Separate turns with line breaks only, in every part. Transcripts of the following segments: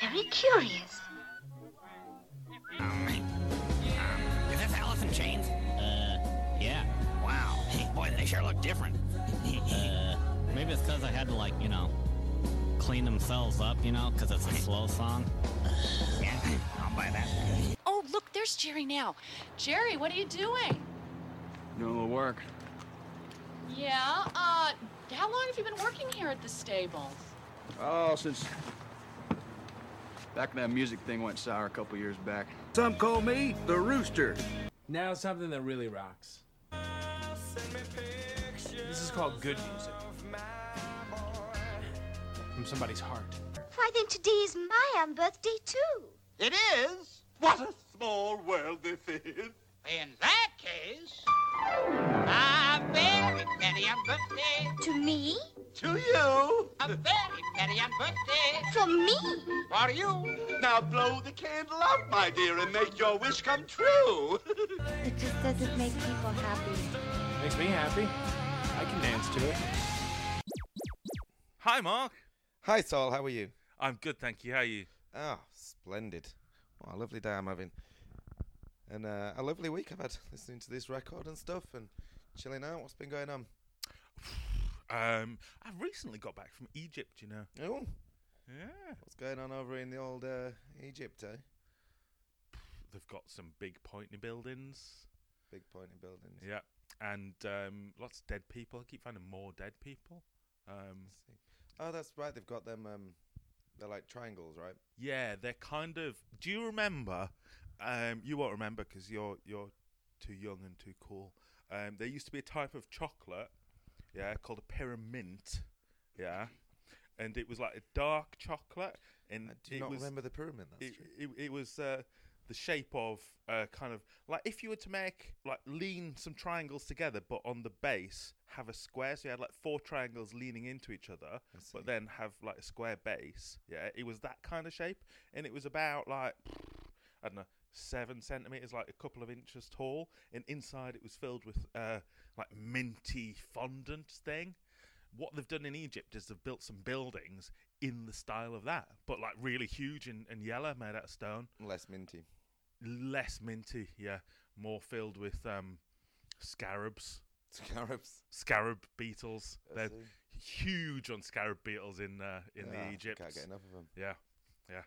very curious.
Um, hey, um, is this Alice in Chains?
Uh, yeah.
Wow. Hey, boy, they sure look different.
Uh, maybe it's because I had to, like, you know, clean themselves up, you know, because it's a slow song.
yeah, I'll buy that.
Oh, look, there's Jerry now. Jerry, what are you doing?
Doing a little work.
Yeah, uh, how long have you been working here at the stable?
Oh, since back when that music thing went sour a couple years back.
Some call me the rooster.
Now something that really rocks. This is called good music. From somebody's heart.
Why, then today is my um, birthday, too.
It is? What a small world this is.
In that case, a very merry um, birthday
To me?
To you.
a very merry um, birthday
From me?
for you.
Now blow the candle out, my dear, and make your wish come true.
It just doesn't make people happy.
Makes me happy. I can dance to it.
Hi, Mark.
Hi, Sol. How are you?
I'm good, thank you. How are you?
Oh, splendid. What a lovely day I'm having. And uh, a lovely week I've had listening to this record and stuff and chilling out. What's been going on?
Um, I've recently got back from Egypt. You know.
Oh,
Yeah.
what's going on over in the old uh, Egypt, eh?
They've got some big pointy buildings.
Big pointy buildings.
Yeah. And um, lots of dead people. I keep finding more dead people. Um,
See. Oh, that's right. They've got them. Um, they're like triangles, right?
yeah, they're kind of. Do you remember? Um, you won't remember because you're you're too young and too cool. Um, there used to be a type of chocolate, yeah, called a pyramint, yeah, and it was like a dark chocolate, and
I do
it
not
was
remember the pyramid. That's
it,
true.
it, it was uh, the shape of uh, kind of like if you were to make like lean some triangles together, but on the base have a square. So you had like four triangles leaning into each other,
see.
but then have like a square base. Yeah, it was that kind of shape, and it was about like I don't know seven centimeters, like a couple of inches tall, and inside it was filled with uh, like minty fondant thing. What they've done in Egypt is they've built some buildings in the style of that, but like really huge and, and yellow, made out of stone
Less minty.
less minty, yeah, more filled with um, scarabs,
Scarabs.
scarab beetles.
I
They're
see.
huge on scarab beetles in uh, in
Ah,
the Egypt.
Can't get enough of them.
Yeah, yeah,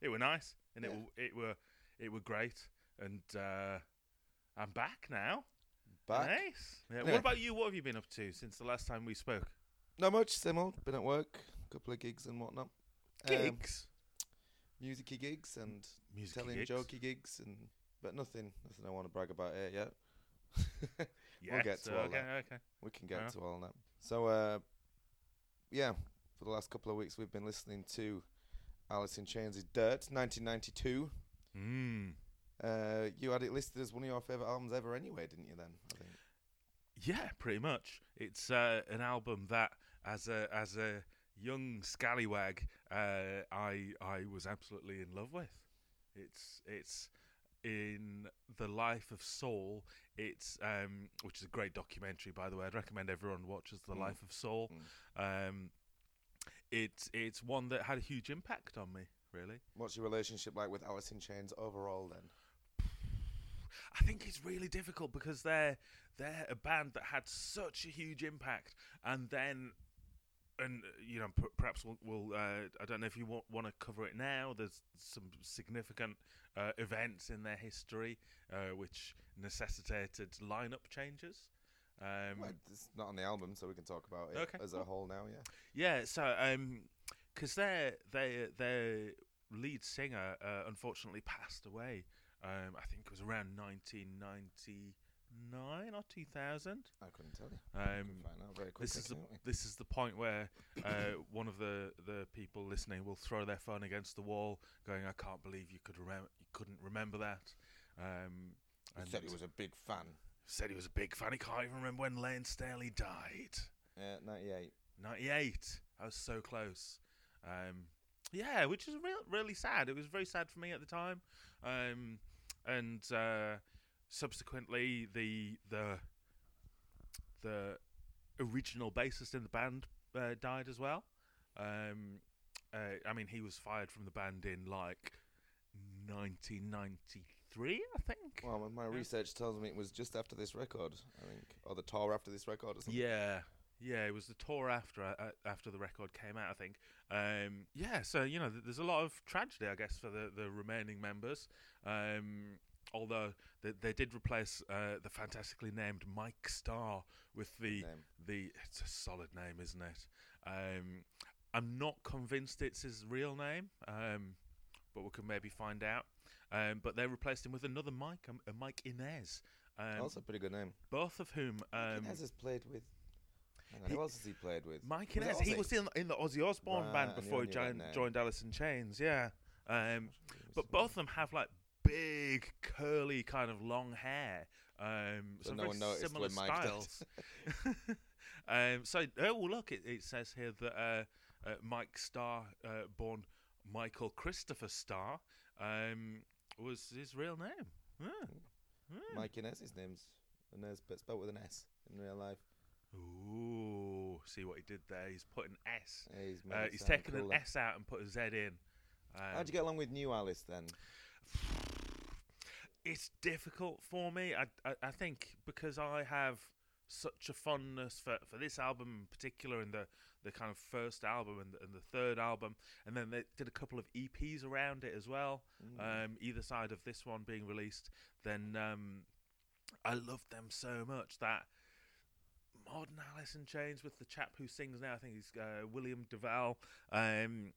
it were nice, and it
Yeah.
were, it were it were great, and uh, I'm back now.
Back.
Nice. Yeah.
Anyway.
What about you? What have you been up to since the last time we spoke?
Not much, same old. Been at work, couple of gigs and whatnot. Um,
Gigs.
musicy gigs and
music-y
telling
gigs.
jokey gigs and but nothing nothing I want to brag about here yet.
Yeah.
we'll get to
so,
all
okay.
that.
Okay.
We can get
Yeah.
to all that. So uh yeah, for the last couple of weeks we've been listening to Alice in Chains' Dirt, nineteen ninety two.
Mm.
Uh, you had it listed as one of your favourite albums ever anyway, didn't you then? I think.
Yeah, pretty much. It's uh, an album that, as a as a young scallywag, uh, I I was absolutely in love with. It's it's in the life of Saul. It's um, which is a great documentary, by the way. I'd recommend everyone watches
Hmm.
the life of Saul. Um, it's it's one that had a huge impact on me. Really,
What's your relationship like with Alice in Chains overall then?
I think it's really difficult because they're they're a band that had such a huge impact, and then and uh, you know p- perhaps we'll, we'll uh, I don't know if you want want to cover it now. There's some significant uh, events in their history uh, which necessitated lineup changes. Um,
Well, it's not on the album, so we can talk about it
Okay,
as a
cool.
whole now. Yeah.
yeah, so um, because their their their lead singer uh, unfortunately passed away. Um, I think it was around 1999 or 2000.
I couldn't tell you.
Um,
Couldn't find out very quickly.
this is the
couldn't we?
this is the point where uh, one of the, the people listening will throw their phone against the wall, going, "I can't believe you could remember you couldn't remember that." Um,
He said he was a big fan.
said he was a big fan. He can't even remember when Lane Staley died.
Yeah, 98.
Ninety eight. I was so close. Um, yeah, which is real, really sad. It was very sad for me at the time, um, and uh, subsequently the the the original bassist in the band uh, died as well. Um, Uh, I mean, he was fired from the band in like 1993, I think.
Well, my- my research tells me it was just after this record, I think, or the tour after this record or something.
Yeah, yeah. It was the tour after uh, after the record came out, I think. Um, yeah, so you know, th- there's a lot of tragedy, I guess, for the the remaining members. Um, although they, they did replace uh, the fantastically named Mike Starr with the the it's a solid name, isn't it? Um, I'm not convinced it's his real name. Um, but we can maybe find out. Um, but they replaced him with another Mike, um, a Mike Inez. Um,
Also a pretty good name.
Both of whom um,
Inez has played with. Hang on, who else has he played with?
Mike
Was it
Inez. He
Ozzy?
was in, in the Ozzy Osbourne
Right,
band
I knew-
before
I
he
knew that
joined,
name.
joined Alice in Chains. Yeah, um, but both of them have like big curly kind of long hair. Um,
So
some
no
very
one noticed
similar
when Mike did.
styles. um, so oh well, look, it, it says here that uh, uh, Mike Starr, uh, born Michael Christopher Starr, um, was his real name. Yeah. Yeah.
Mike Inez. His name's Inez, but spelled with an S in real life. Hmm.
Ooh, see what he did there. He's put an S.
Yeah, he's made
uh,
it
he's
sound
taken
cooler.
an S out and put a Z in. Um,
How'd you get along with New Alice then?
it's difficult for me. I, I I think because I have such a fondness for, for this album in particular, and the, the kind of first album and the, and the third album, and then they did a couple of EPs around it as well.
Mm.
Um, either side of this one being released, then um, I loved them so much that modern Alice in Chains with the chap who sings now. I think he's uh, William Duval. Um,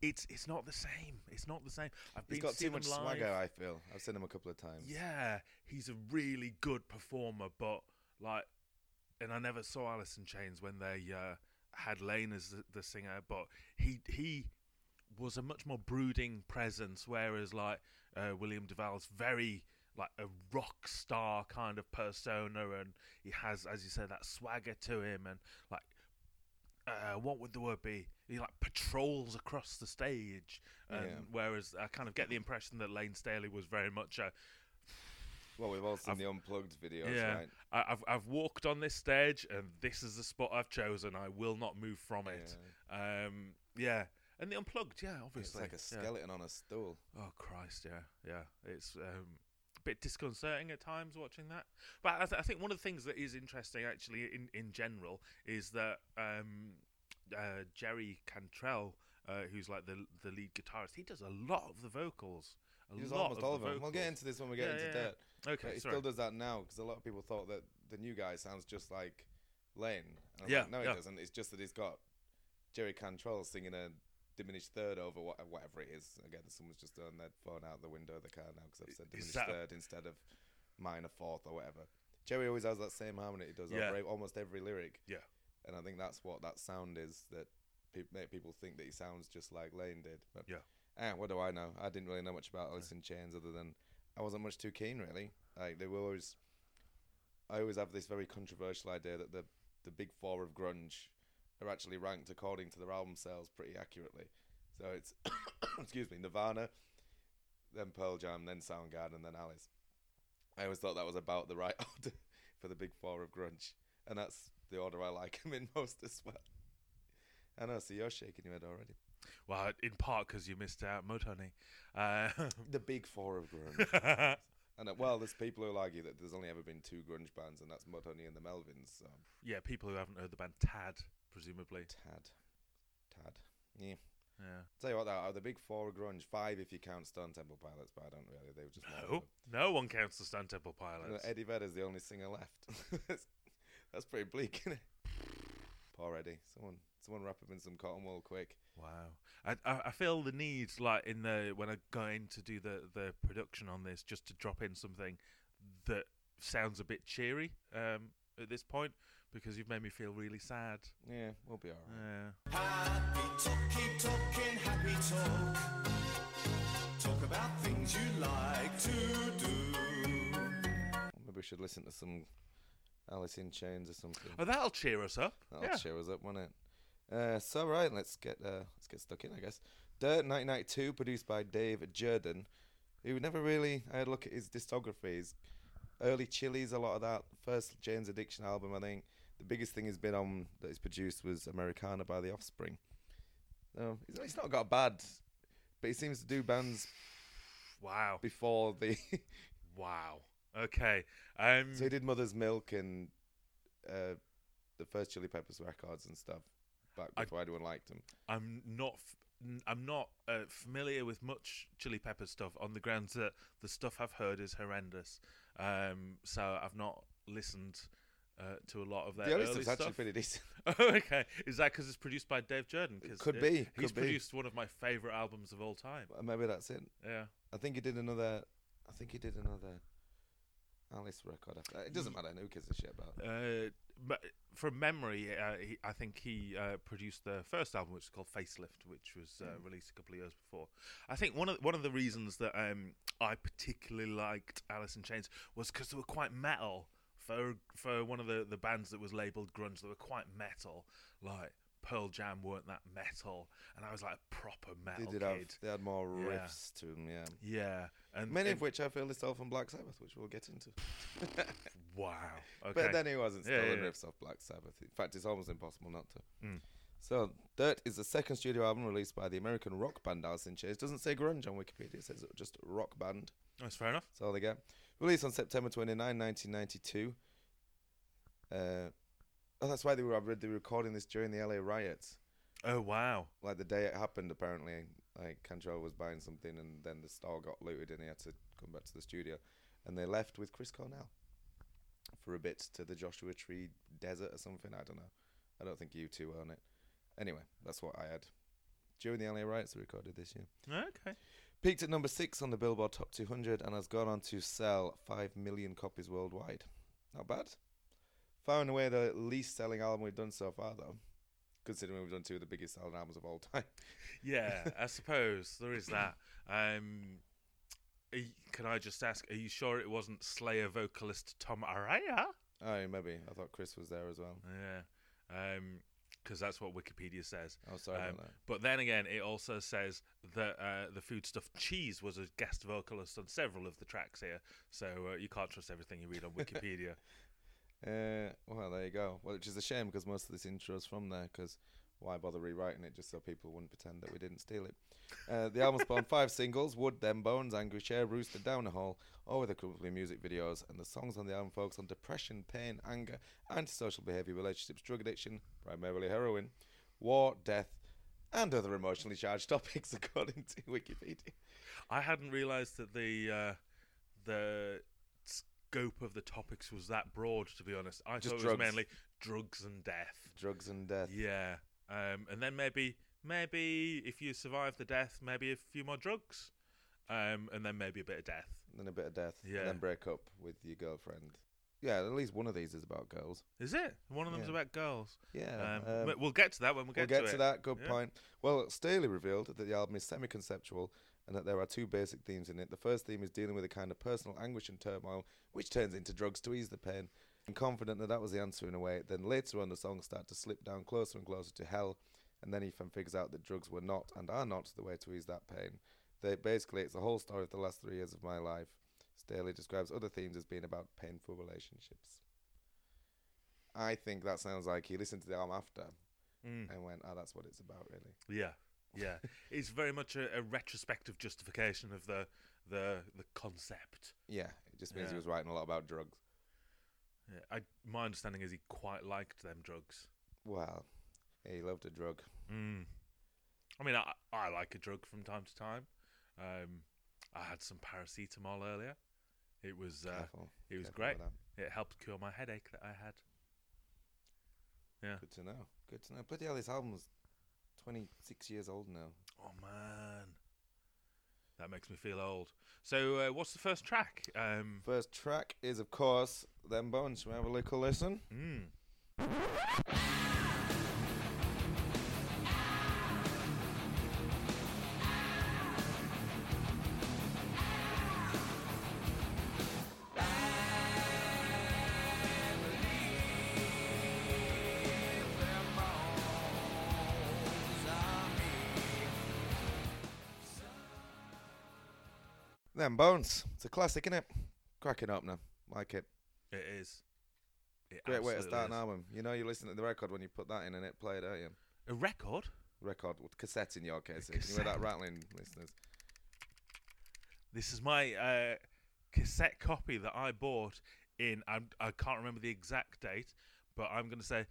it's it's not the same. It's not the same. I've
He's
been
got
to see
too much
them live.
swagger. I feel. I've seen him a couple of times.
Yeah, he's a really good performer, but like, and I never saw Alice in Chains when they uh, had Lane as the, the singer, but he he was a much more brooding presence, whereas like uh, William Duval's very like a rock star kind of persona, and he has, as you say, that swagger to him, and like uh, what would the word be? He like patrols across the stage, and
Yeah.
whereas I kind of get the impression that Lane Staley was very much a
Well, we've all seen the unplugged videos,
yeah.
right?
I, I've I've walked on this stage, and this is the spot I've chosen. I will not move from it. Um, yeah, and the unplugged, yeah,
It's
obviously
like a
yeah.
skeleton on a stool.
Oh Christ, yeah, yeah. It's um, a bit disconcerting at times watching that. But I, th- I think one of the things that is interesting, actually, in in general, is that um, uh, Jerry Cantrell, uh, who's like the the lead guitarist, he does a lot of the vocals. A
He does
lot
almost all
the
of them. We'll get
vocals.
into this when we get
Yeah,
into
yeah, yeah.
that.
Okay,
but he
sorry.
still does that now because a lot of people thought that the new guy sounds just like Lane. And I was
Yeah,
like, no,
yeah.
he doesn't. It's just that he's got Jerry Cantrell singing a diminished third over wha- whatever it is. Again, someone's just thrown their phone out the window of the car now because I've said
Is
diminished
that a-
third instead of minor fourth or whatever. Jerry always has that same harmony. He does
Yeah.
over almost every lyric.
Yeah.
and I think that's what that sound is that peop make people think that he sounds just like Lane did. But
Yeah.
Eh, what do I know? I didn't really know much about Alice in Chains other than I wasn't much too keen really. Like they were always I always have this very controversial idea that the the big four of grunge are actually ranked according to their album sales pretty accurately. So it's excuse me, Nirvana, then Pearl Jam, then Soundgarden, then Alice. I always thought that was about the right order for the big four of grunge, and that's the order I like 'em in most as well. I know, so you're shaking your head already.
Well, in part because you missed out, Mudhoney. Uh,
The big four of grunge. and uh, well, there's people who argue that there's only ever been two grunge bands, and that's Mudhoney and the Melvins. So
yeah, people who haven't heard the band Tad, presumably.
tad, tad, yeah.
Yeah.
Tell you what, though, out of the big four of grunge, five if you count Stone Temple Pilots, but I don't really. They were just more of
No, no one counts the Stone Temple
a- and uh,
Pilots.
Eddie Vedder's the only singer left. that's, that's pretty bleak, isn't it? Poor Eddie. Someone, someone wrap him in some cotton wool quick.
Wow, I, I I feel the need like in the when I go in to do the the production on this just to drop in something that sounds a bit cheery um, at this point because you've made me feel really sad.
Yeah, we'll be all right.
Yeah.
Happy talk, keep talking, happy talk. Talk about things you like to do.
Maybe we should listen to some Alice in Chains or something.
Oh, that'll cheer us up.
That'll
yeah.
cheer us up, won't it? Uh, so right, let's get uh, let's get stuck in, I guess. Dirt 1992, produced by Dave Jordan, who never really I had a look at his discography. His early Chili's, a lot of that first Jane's Addiction album, I think. The biggest thing he's been on that he's produced was Americana by The Offspring. No, it's, it's not got bad, but he seems to do bands.
Wow.
Before the.
wow. Okay. Um.
So he did Mother's Milk and uh, the first Chili Peppers records and stuff back
I-
before anyone liked him.
I'm not. F- n- I'm not uh, familiar with much Chili Pepper stuff on the grounds that the stuff I've heard is horrendous. Um, so I've not listened uh, to a lot of their
The early
early
stuff's actually
stuff.
pretty decent.
Oh, okay. Is that because it's produced by Dave Jordan? 'Cause
could
it-
be,
he's
could be.
produced one of my favorite albums of all time.
Uh, Maybe that's it.
Yeah.
I think he did another. I think he did another Alice record after. It doesn't matter. Who gives a shit about?
Uh, but from memory, uh, he, I think he uh, produced the first album, which is called Facelift, which was
Mm.
uh, released a couple of years before. I think one of one of the reasons that um, I particularly liked Alice in Chains was because they were quite metal for for one of the, the bands that was labeled grunge. They were quite metal, like Pearl Jam weren't that metal, and I was like a proper
They
metal
did
kid.
have. They had more
Yeah.
riffs to them. Yeah.
Yeah, and
Many
and-
of which I feel is off on Black Sabbath, which we'll get into.
wow. Okay.
But then he wasn't
Yeah,
stealing
yeah, yeah.
riffs off Black Sabbath. In fact, it's almost impossible not to.
Mm.
So, Dirt is the second studio album released by the American rock band Alice in Chains. Doesn't say grunge on Wikipedia, it says just rock band.
That's fair enough.
That's all they get. Released on September 29, 1992. Uh, oh, that's why they were, I read they were recording this during the LA riots.
Oh wow.
Like the day it happened, apparently, like Cantrell was buying something and then the store got looted and he had to come back to the studio. And they left with Chris Cornell for a bit to the Joshua Tree Desert or something. I don't know. I don't think you two own it. Anyway, that's what I had. During the LA riots, we recorded this year.
Okay.
Peaked at number six on the Billboard Top 200 and has gone on to sell 5 million copies worldwide. Not bad. Far and away the least selling album we've done so far, though, considering we've done two of the biggest selling albums of all time.
Yeah, I suppose there is that. Um, are y- can I just ask? Are you sure it wasn't Slayer vocalist Tom Araya?
Oh, maybe. I thought Chris was there as well.
Yeah, because that's what Wikipedia says. Um,
Oh, sorry about that.
But then again, it also says that uh, the foodstuff Cheese was a guest vocalist on several of the tracks here, so uh, you can't trust everything you read on Wikipedia.
Uh, well, there you go. Well, which is a shame because most of this intro is from there. Because why bother rewriting it just so people wouldn't pretend that we didn't steal it? Uh, the album spawned five singles: Wood, Them Bones, Angry Chair, Rooster, Down a Hole, all with accompanying music videos. And the songs on the album focus on depression, pain, anger, antisocial behaviour, relationships, drug addiction, primarily heroin, war, death, and other emotionally charged topics, according to Wikipedia.
I hadn't realised that the uh, the scope of the topics was that broad. To be honest, I
Just
thought it was
drugs.
mainly drugs and death.
Drugs and death.
Yeah. Um, and then maybe maybe if you survive the death, maybe a few more drugs. Um, and then maybe a bit of death.
Then a bit of death.
Yeah.
And then break up with your girlfriend. Yeah, at least one of these is about girls.
Is it? One of them's
Yeah.
about girls.
Yeah,
Um, we-
um,
we'll get to that when we
We'll
get
get
to,
to,
it.
that. Good
Yeah.
point. Well, Staley revealed that the album is semi-conceptual and that there are two basic themes in it. The first theme is dealing with a kind of personal anguish and turmoil, which turns into drugs to ease the pain. I'm confident that that was the answer in a way. Then later on, the songs start to slip down closer and closer to hell, and then Ethan figures out that drugs were not and are not the way to ease that pain. They basically it's the whole story of the last three years of my life. Staley describes other themes as being about painful relationships. I think that sounds like he listened to the album after
Mm.
and went, "Oh, that's what it's about, really."
Yeah. Yeah. it's very much a, a retrospective justification of the the the concept.
Yeah, it just means
Yeah.
he was writing a lot about drugs.
Yeah. I my understanding is he quite liked them drugs.
Well, he loved a drug.
Mm. I mean, I, I like a drug from time to time. Um, I had some paracetamol earlier. It was uh,
Careful,
it was
careful with
great. It helped cure my headache that I had. Yeah.
Good to know. Good to know. Bloody hell, this album's twenty-six years old now.
Oh man, that makes me feel old. So, uh, what's the first track? Um,
First track is, of course, "Them Bones." Shall we have a little listen?
mm,
"Them Bones." It's a classic, isn't it? Cracking opener. Like it.
it is. It
Great way to
absolutely
start an
is.
album. You know, you listen to the record when you put that in and it played, don't you?
A record?
record cassette in your case. You hear that
cassette.
rattling, listeners?
This is my uh, cassette copy that I bought in. I'm, I can't remember the exact date, but I'm going to say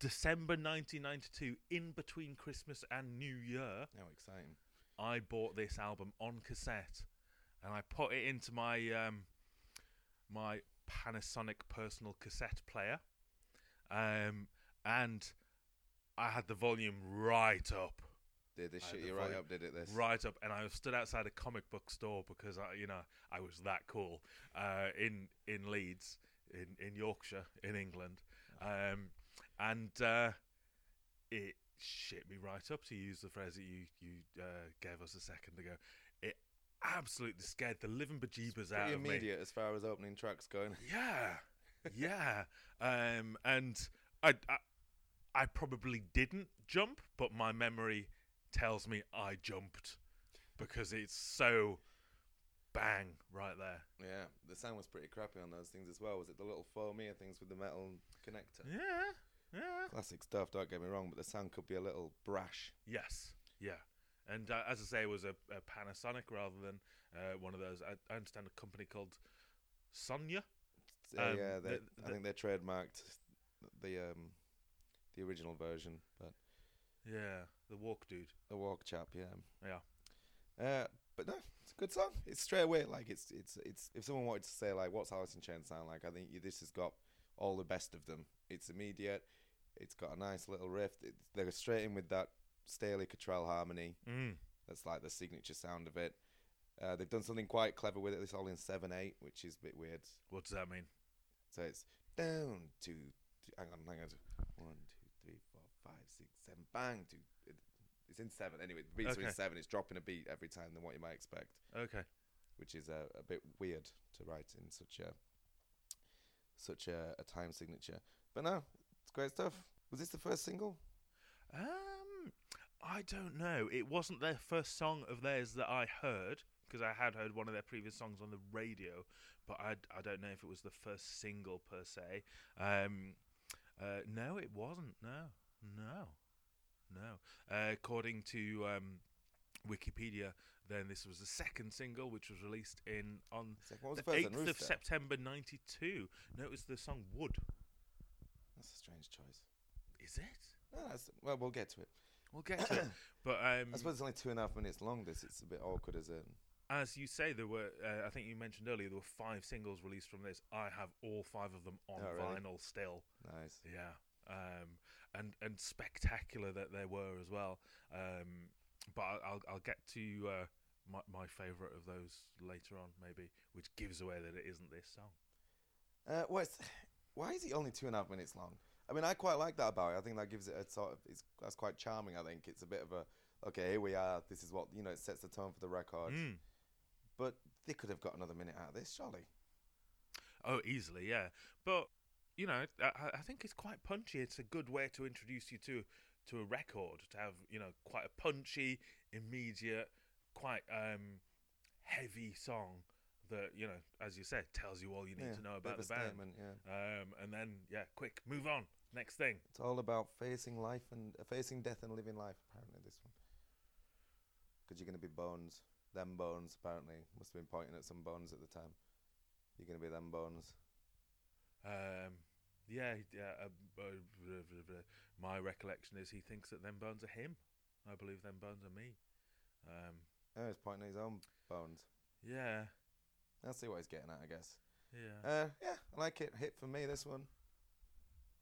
December 1992, in between Christmas and New Year.
How exciting!
I bought this album on cassette, and I put it into my um, my Panasonic personal cassette player, um, and I had the volume right up.
Did this
I had
shit
the
you right
volume
up? Did it this?
Right up, and I was stood outside a comic book store because I, you know, I was that cool uh, in in Leeds, in in Yorkshire, in England, um, and uh, it shit me right up to use the phrase that you you uh, gave us a second ago. It absolutely scared the living bejeebers out
Pretty
of me.
immediate as far as opening tracks going.
Yeah, yeah. Um, and I, I, I probably didn't jump, but my memory tells me I jumped because it's so bang right there.
Yeah, the sound was pretty crappy on those things as well. Was it the little foam ear things with the metal connector?
Yeah, yeah.
Classic stuff. Don't get me wrong, but the sound could be a little brash.
Yes, yeah. And uh, as I say, it was a, a Panasonic rather than uh, one of those. I, I understand a company called Sonya.
Yeah,
Um,
uh, yeah, they,
the-
I
the-
think they trademarked the um, the original version, but
yeah, the Walk dude,
the Walk chap, yeah,
yeah.
Uh, but no, it's a good song. It's straight away like it's it's it's. If someone wanted to say like, what's Alice in Chains sound like? I think you- this has got all the best of them. It's immediate. It's got a nice little riff. It, they go straight in with that Staley Cottrell harmony.
Mm.
That's like the signature sound of it. Uh, they've done something quite clever with it. It's all in seven eight, which is a bit weird.
What does that mean?
So it's down two. th- Hang on, hang on. One, two, three, four, five, six, seven. Bang. Two. it- It's in seven. Anyway, the beats are
Okay.
in seven. It's dropping a beat every time than what you might expect
Okay.
which is a, a bit weird to write in such a such a, a time signature. But no, it's great stuff. Was this the first single?
Um, I don't know. It wasn't their first song of theirs that I heard because I had heard one of their previous songs on the radio, but I I don't know if it was the first single per se. Um, uh, no, it wasn't. No, no, no. Uh, according to um, Wikipedia, then this was the second single, which was released in on
Second- what was the
the
first then?
eighth of
Rooster?
September '92. No, it was the song Wood.
That's a strange choice.
Is it?
No, that's, well, we'll get to it.
We'll get to it. But um,
I suppose it's only two and a half minutes long. This it's a bit awkward as a
As you say, there were. Uh, I think you mentioned earlier there were five singles released from this. I have all five of them on
Oh, really?
vinyl still.
nice.
Yeah, um, and and spectacular that they were as well. Um, but I- I'll I'll get to uh, my my favourite of those later on, maybe, which gives away that it isn't this song.
Uh, well, it's, why is it only two and a half minutes long? I mean, I quite like that about it. I think that gives it a sort of it's that's quite charming. I think it's a bit of a okay, here we are. This is what you know. It sets the tone for the record.
Mm.
But they could have got another minute out of this, surely.
Oh, easily, yeah. But you know, I- I, I think it's quite punchy. It's a good way to introduce you to to a record to have you know quite a punchy, immediate, quite um heavy song that you know, as you said, tells you all you need
Yeah,
to know
bit of
about the
a
band.
statement,
Um, and then yeah, quick, move on. Next thing.
It's all about facing life and uh, facing death and living life. Apparently, this one. Because you're going to be bones, them bones. Apparently, must have been pointing at some bones at the time. You're going to be them bones.
Um, yeah, he- yeah. Uh, uh, blah, blah, blah. My recollection is he thinks that them bones are him. I believe them bones are me. Um,
Oh, he's pointing at his own bones.
yeah,
I'll see what he's getting at, I guess.
yeah.
Uh, yeah, I like it. Hit for me this one.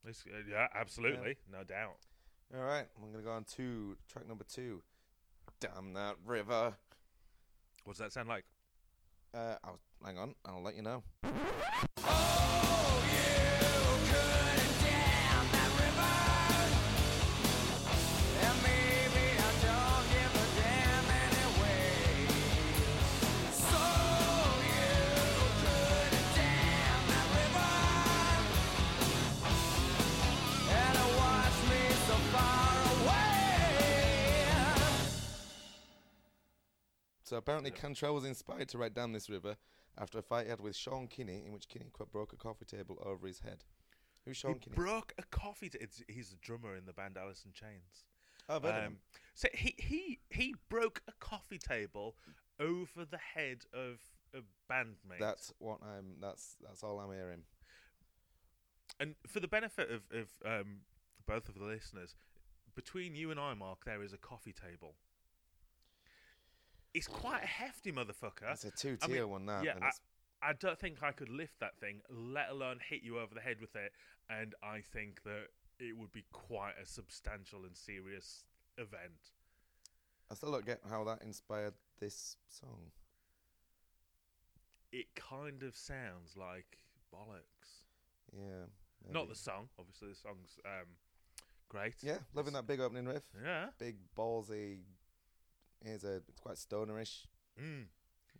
It's, uh, yeah, absolutely, no doubt.
All right, I'm going to go on to track number two. Damn that river.
What does that sound like?
Uh, I'll, hang on, I'll let you know. So apparently, Cantrell was inspired to write down this river after a fight he had with Sean Kinney, in which Kinney qu- broke a coffee table over his head. Who's Sean
he
Kinney?
broke a coffee. T- it's, he's the drummer in the band Alice in Chains. Um,
I've heard of him.
so he he he broke a coffee table over the head of a bandmate.
That's what I'm. That's that's all I'm hearing.
And for the benefit of, of um, both of the listeners, between you and I, Mark, there is a coffee table. It's quite a hefty motherfucker.
It's a two-tier one, that,
Yeah,
and
I,
it's-
I don't think I could lift that thing, let alone hit you over the head with it. And I think that it would be quite a substantial and serious event.
I still don't get how that inspired this song.
It kind of sounds like bollocks.
Yeah.
Not
maybe.
the song, obviously. The song's um, great.
Yeah, loving that big opening riff.
Yeah.
Big ballsy. Here's a. It's quite stonerish.
Mm.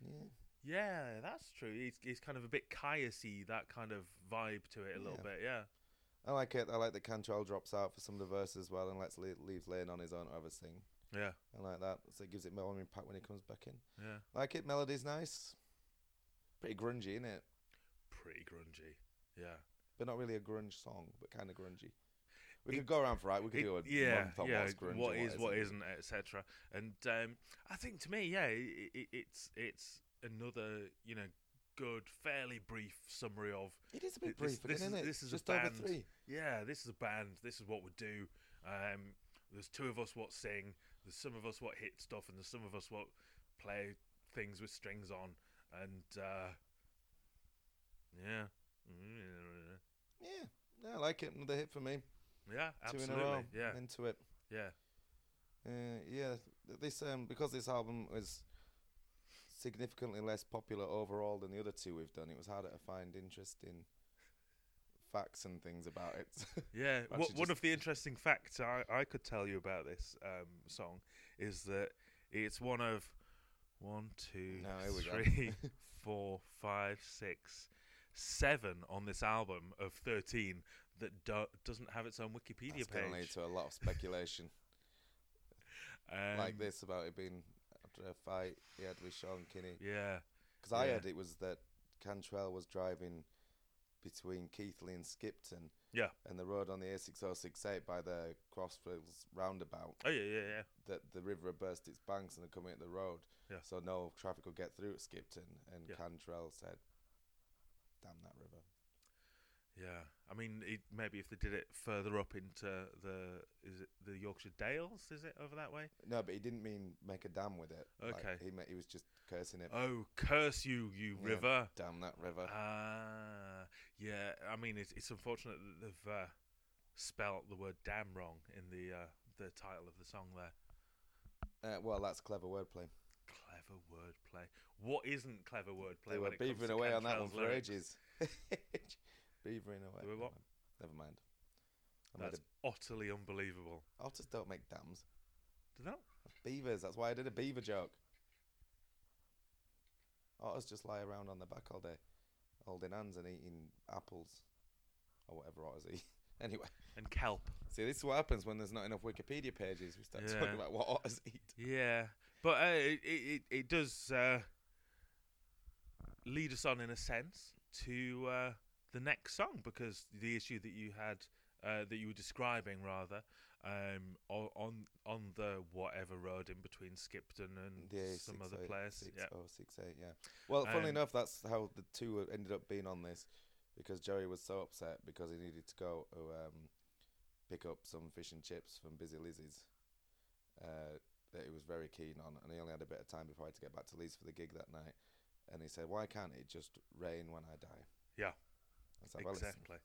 Yeah.
Yeah, that's true. It's, it's kind of a bit Caius-y, that kind of vibe to it a little
Yeah.
bit, yeah.
I like it. I like that Cantrell drops out for some of the verses as well and lets Le- leaves Lane on his own to have a sing.
Yeah.
I like that. So it gives it more impact when he comes back in.
Yeah.
Like it. Melody's nice. Pretty grungy, isn't it?
Pretty grungy. Yeah.
But not really a grunge song, but kind of grungy. We could go around for right. We could
It-
do a month on what's grunge
what
and
is, what isn't, etc. And um, I think to me, yeah, i i it's it's another you know good, fairly brief summary of.
It is a bit
thi- this-
brief again,
this,
isn't
is,
it?
This is
Just
a
over
band.
three.
Yeah, this is a band. This is what we do. Um, there's two of us what sing. There's some of us what hit stuff, and there's some of us what play things with strings on. And uh, yeah, Mm,
Yeah. Yeah, I like it. Another hit for me.
yeah, absolutely.
Two in a row.
Yeah,
I'm into it.
yeah.
Uh, yeah, th- this um because this album was significantly less popular overall than the other two we've done. It was harder to find interesting facts and things about it.
Yeah,
Actually
what, one
just-
of the interesting facts I, I could tell you about this um, song is that it's one of one, two,
No, here we go.
three, four, five, six, seven on this album of 13 that do- doesn't have its own Wikipedia
That's going to lead
page.
to a lot of speculation
Um,
like this about it being after a fight he had with Sean Kinney.
Yeah,
Because I
yeah.
heard it was that Cantrell was driving between Keithley and Skipton.
Yeah.
And the road on the A6068 by the Crossfields roundabout.
Oh, yeah, yeah, yeah.
That the river had burst its banks and had come into the road.
Yeah.
So no traffic could get through at Skipton. And
Yeah.
Cantrell said, damn that river.
Yeah, I mean, it, maybe if they did it further up into the is it the Yorkshire Dales? Is it over that way?
No, but he didn't mean make a dam with it. Like,
Okay.
he, meant, he was just cursing it.
Oh, curse you, you
Yeah,
river!
Damn that river.
Ah, yeah. I mean, it's, it's unfortunate that they've uh, spelt the word "damn" wrong in the uh, the title of the song. There,
Uh, well, that's clever wordplay.
clever wordplay. What isn't clever wordplay?
They
when
were
it comes
beavering
to
away on that one
Cantrell's
for
lyrics?
ages. beavering away.
They were what?
Never mind. I made
That's utterly unbelievable.
a, otters don't make dams.
Did that?
That's beavers. That's why I did a beaver joke. Otters just lie around on their back all day, holding hands and eating apples, or whatever otters eat. anyway,
And kelp.
see, this is what happens when there's not enough Wikipedia pages. We start
Yeah.
talking about what otters eat.
Yeah, but uh, it, it it- it does uh, lead us on in a sense to uh, the next song because the issue that you had uh, that you were describing rather um, o- on on the whatever road in between Skipton and
Yeah,
some
Mm, six,
other
eight,
place.
six,
yeah.
oh, six, eight, yeah. Well, funnily
Um,
enough, that's how the two ended up being on this because Joey was so upset because he needed to go to um, pick up some fish and chips from Busy Lizzie's uh, that he was very keen on, and he only had a bit of time before he had to get back to Leeds for the gig that night. And he said, "Why can't it just rain when I die?"
Yeah,
I said, "Well, listen,
exactly.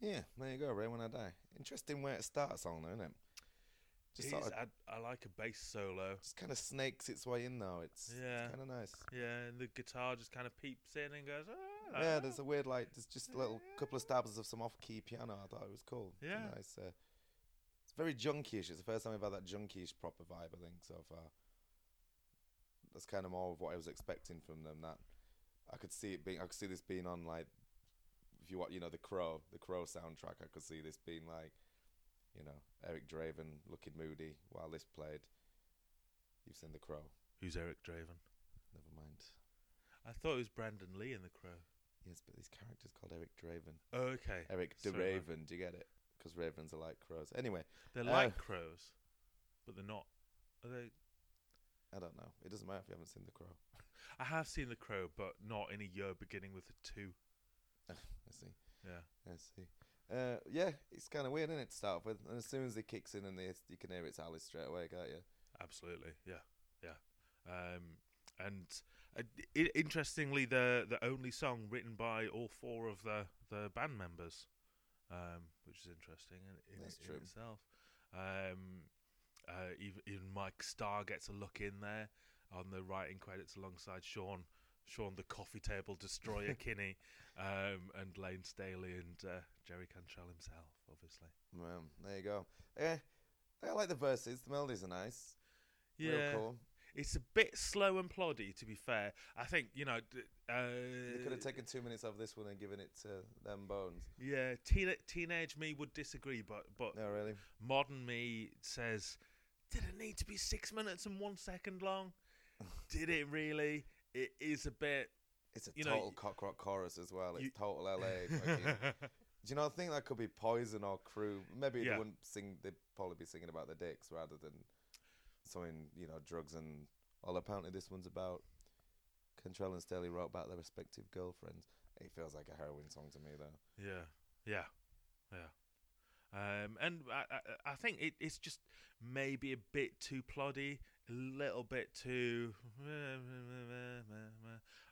Yeah, there you go, rain when I die. Interesting way to start a song, though, isn't it? Just
It
sort
is-
of,
I, I like a bass solo.
just kind of snakes its way in, though. It's,
Yeah.
it's kind of nice.
Yeah, and the guitar just kind of peeps in and goes. Ah,
Yeah, there's a weird like there's just a little couple of stabs of some off key piano. I thought it was cool. It's a
Yeah.
nice. Uh, it's It's very junkish. It's the first time I've had that junkish proper vibe, I think, so far. That's kind of more of what I was expecting from them. That I could see it being, I could see this being on like, if you want, you know, the Crow, the Crow soundtrack. I could see this being like, you know, Eric Draven, looking moody while this played. You've seen the Crow.
Who's Eric Draven?
Never mind.
I thought it was Brandon Lee in The Crow.
Yes, but this character's called Eric Draven.
Oh, okay.
Eric the
Sorry, man.
Raven. Do you get it? Because ravens are like crows. Anyway,
They're
uh,
like crows, but they're not. Are they?
I don't know. It doesn't matter if you haven't seen The Crow.
I have seen The Crow, but not in a year beginning with a two.
I see.
Yeah.
I see. Uh, yeah, it's kind of weird, isn't it, to start off with? And as soon as it kicks in and they, you can hear it's Alice straight away, can't you?
Absolutely. Yeah. Yeah. Um, and uh, i- interestingly, the the only song written by all four of the the band members, um, which is interesting in, in,
That's
in
true.
itself. Um, uh, even, even Mike Starr gets a look in there on the writing credits alongside Sean. Sean the coffee table destroyer Kinney, um, and Lane Staley and uh, Jerry Cantrell himself, obviously.
Well, there you go. Yeah, I like the verses. The melodies are nice. Real cool.
It's a bit slow and ploddy, to be fair. I think you know. d- Uh,
They could have taken two minutes of this one and given it to them bones.
Yeah, teen- teenage me would disagree, but but
No, really.
modern me says, did it need to be six minutes and one second long? did it really? It is a bit.
It's a
you
total
know,
cock rock chorus as well. It's
you-
total LA. fucking- Do you know? I think that could be Poison or Crew. Maybe
Yeah.
they wouldn't sing. They'd probably be singing about the dicks rather than something you know, drugs and all. Apparently, this one's about Cantrell and Staley wrote about their respective girlfriends. It feels like a heroin song to me, though.
Yeah, yeah, yeah. Um, and I, I, I think it, it's just maybe a bit too ploddy, a little bit too.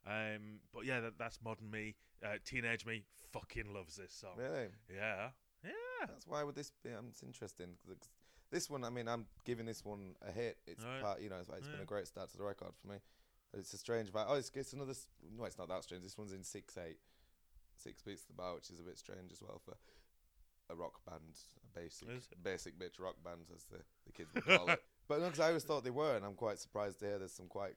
Um, but yeah, that, that's modern me. Uh, teenage me fucking loves this song.
Really?
Yeah, yeah.
That's why would this be? Um, it's interesting. 'cause it's- This one, I mean, I'm giving this one a hit. It's
Alright.
part, you know, it's, it's been
Yeah.
a great start to the record for me. It's a strange vibe. Oh, it's, it's another. s- No, it's not that strange. This one's in six eight, six beats to the bar, which is a bit strange as well for a rock band, a basic,
Is
basic bitch rock band, as the, the kids would call it. But no, 'cause I always thought they were, and I'm quite surprised to hear there's some quite,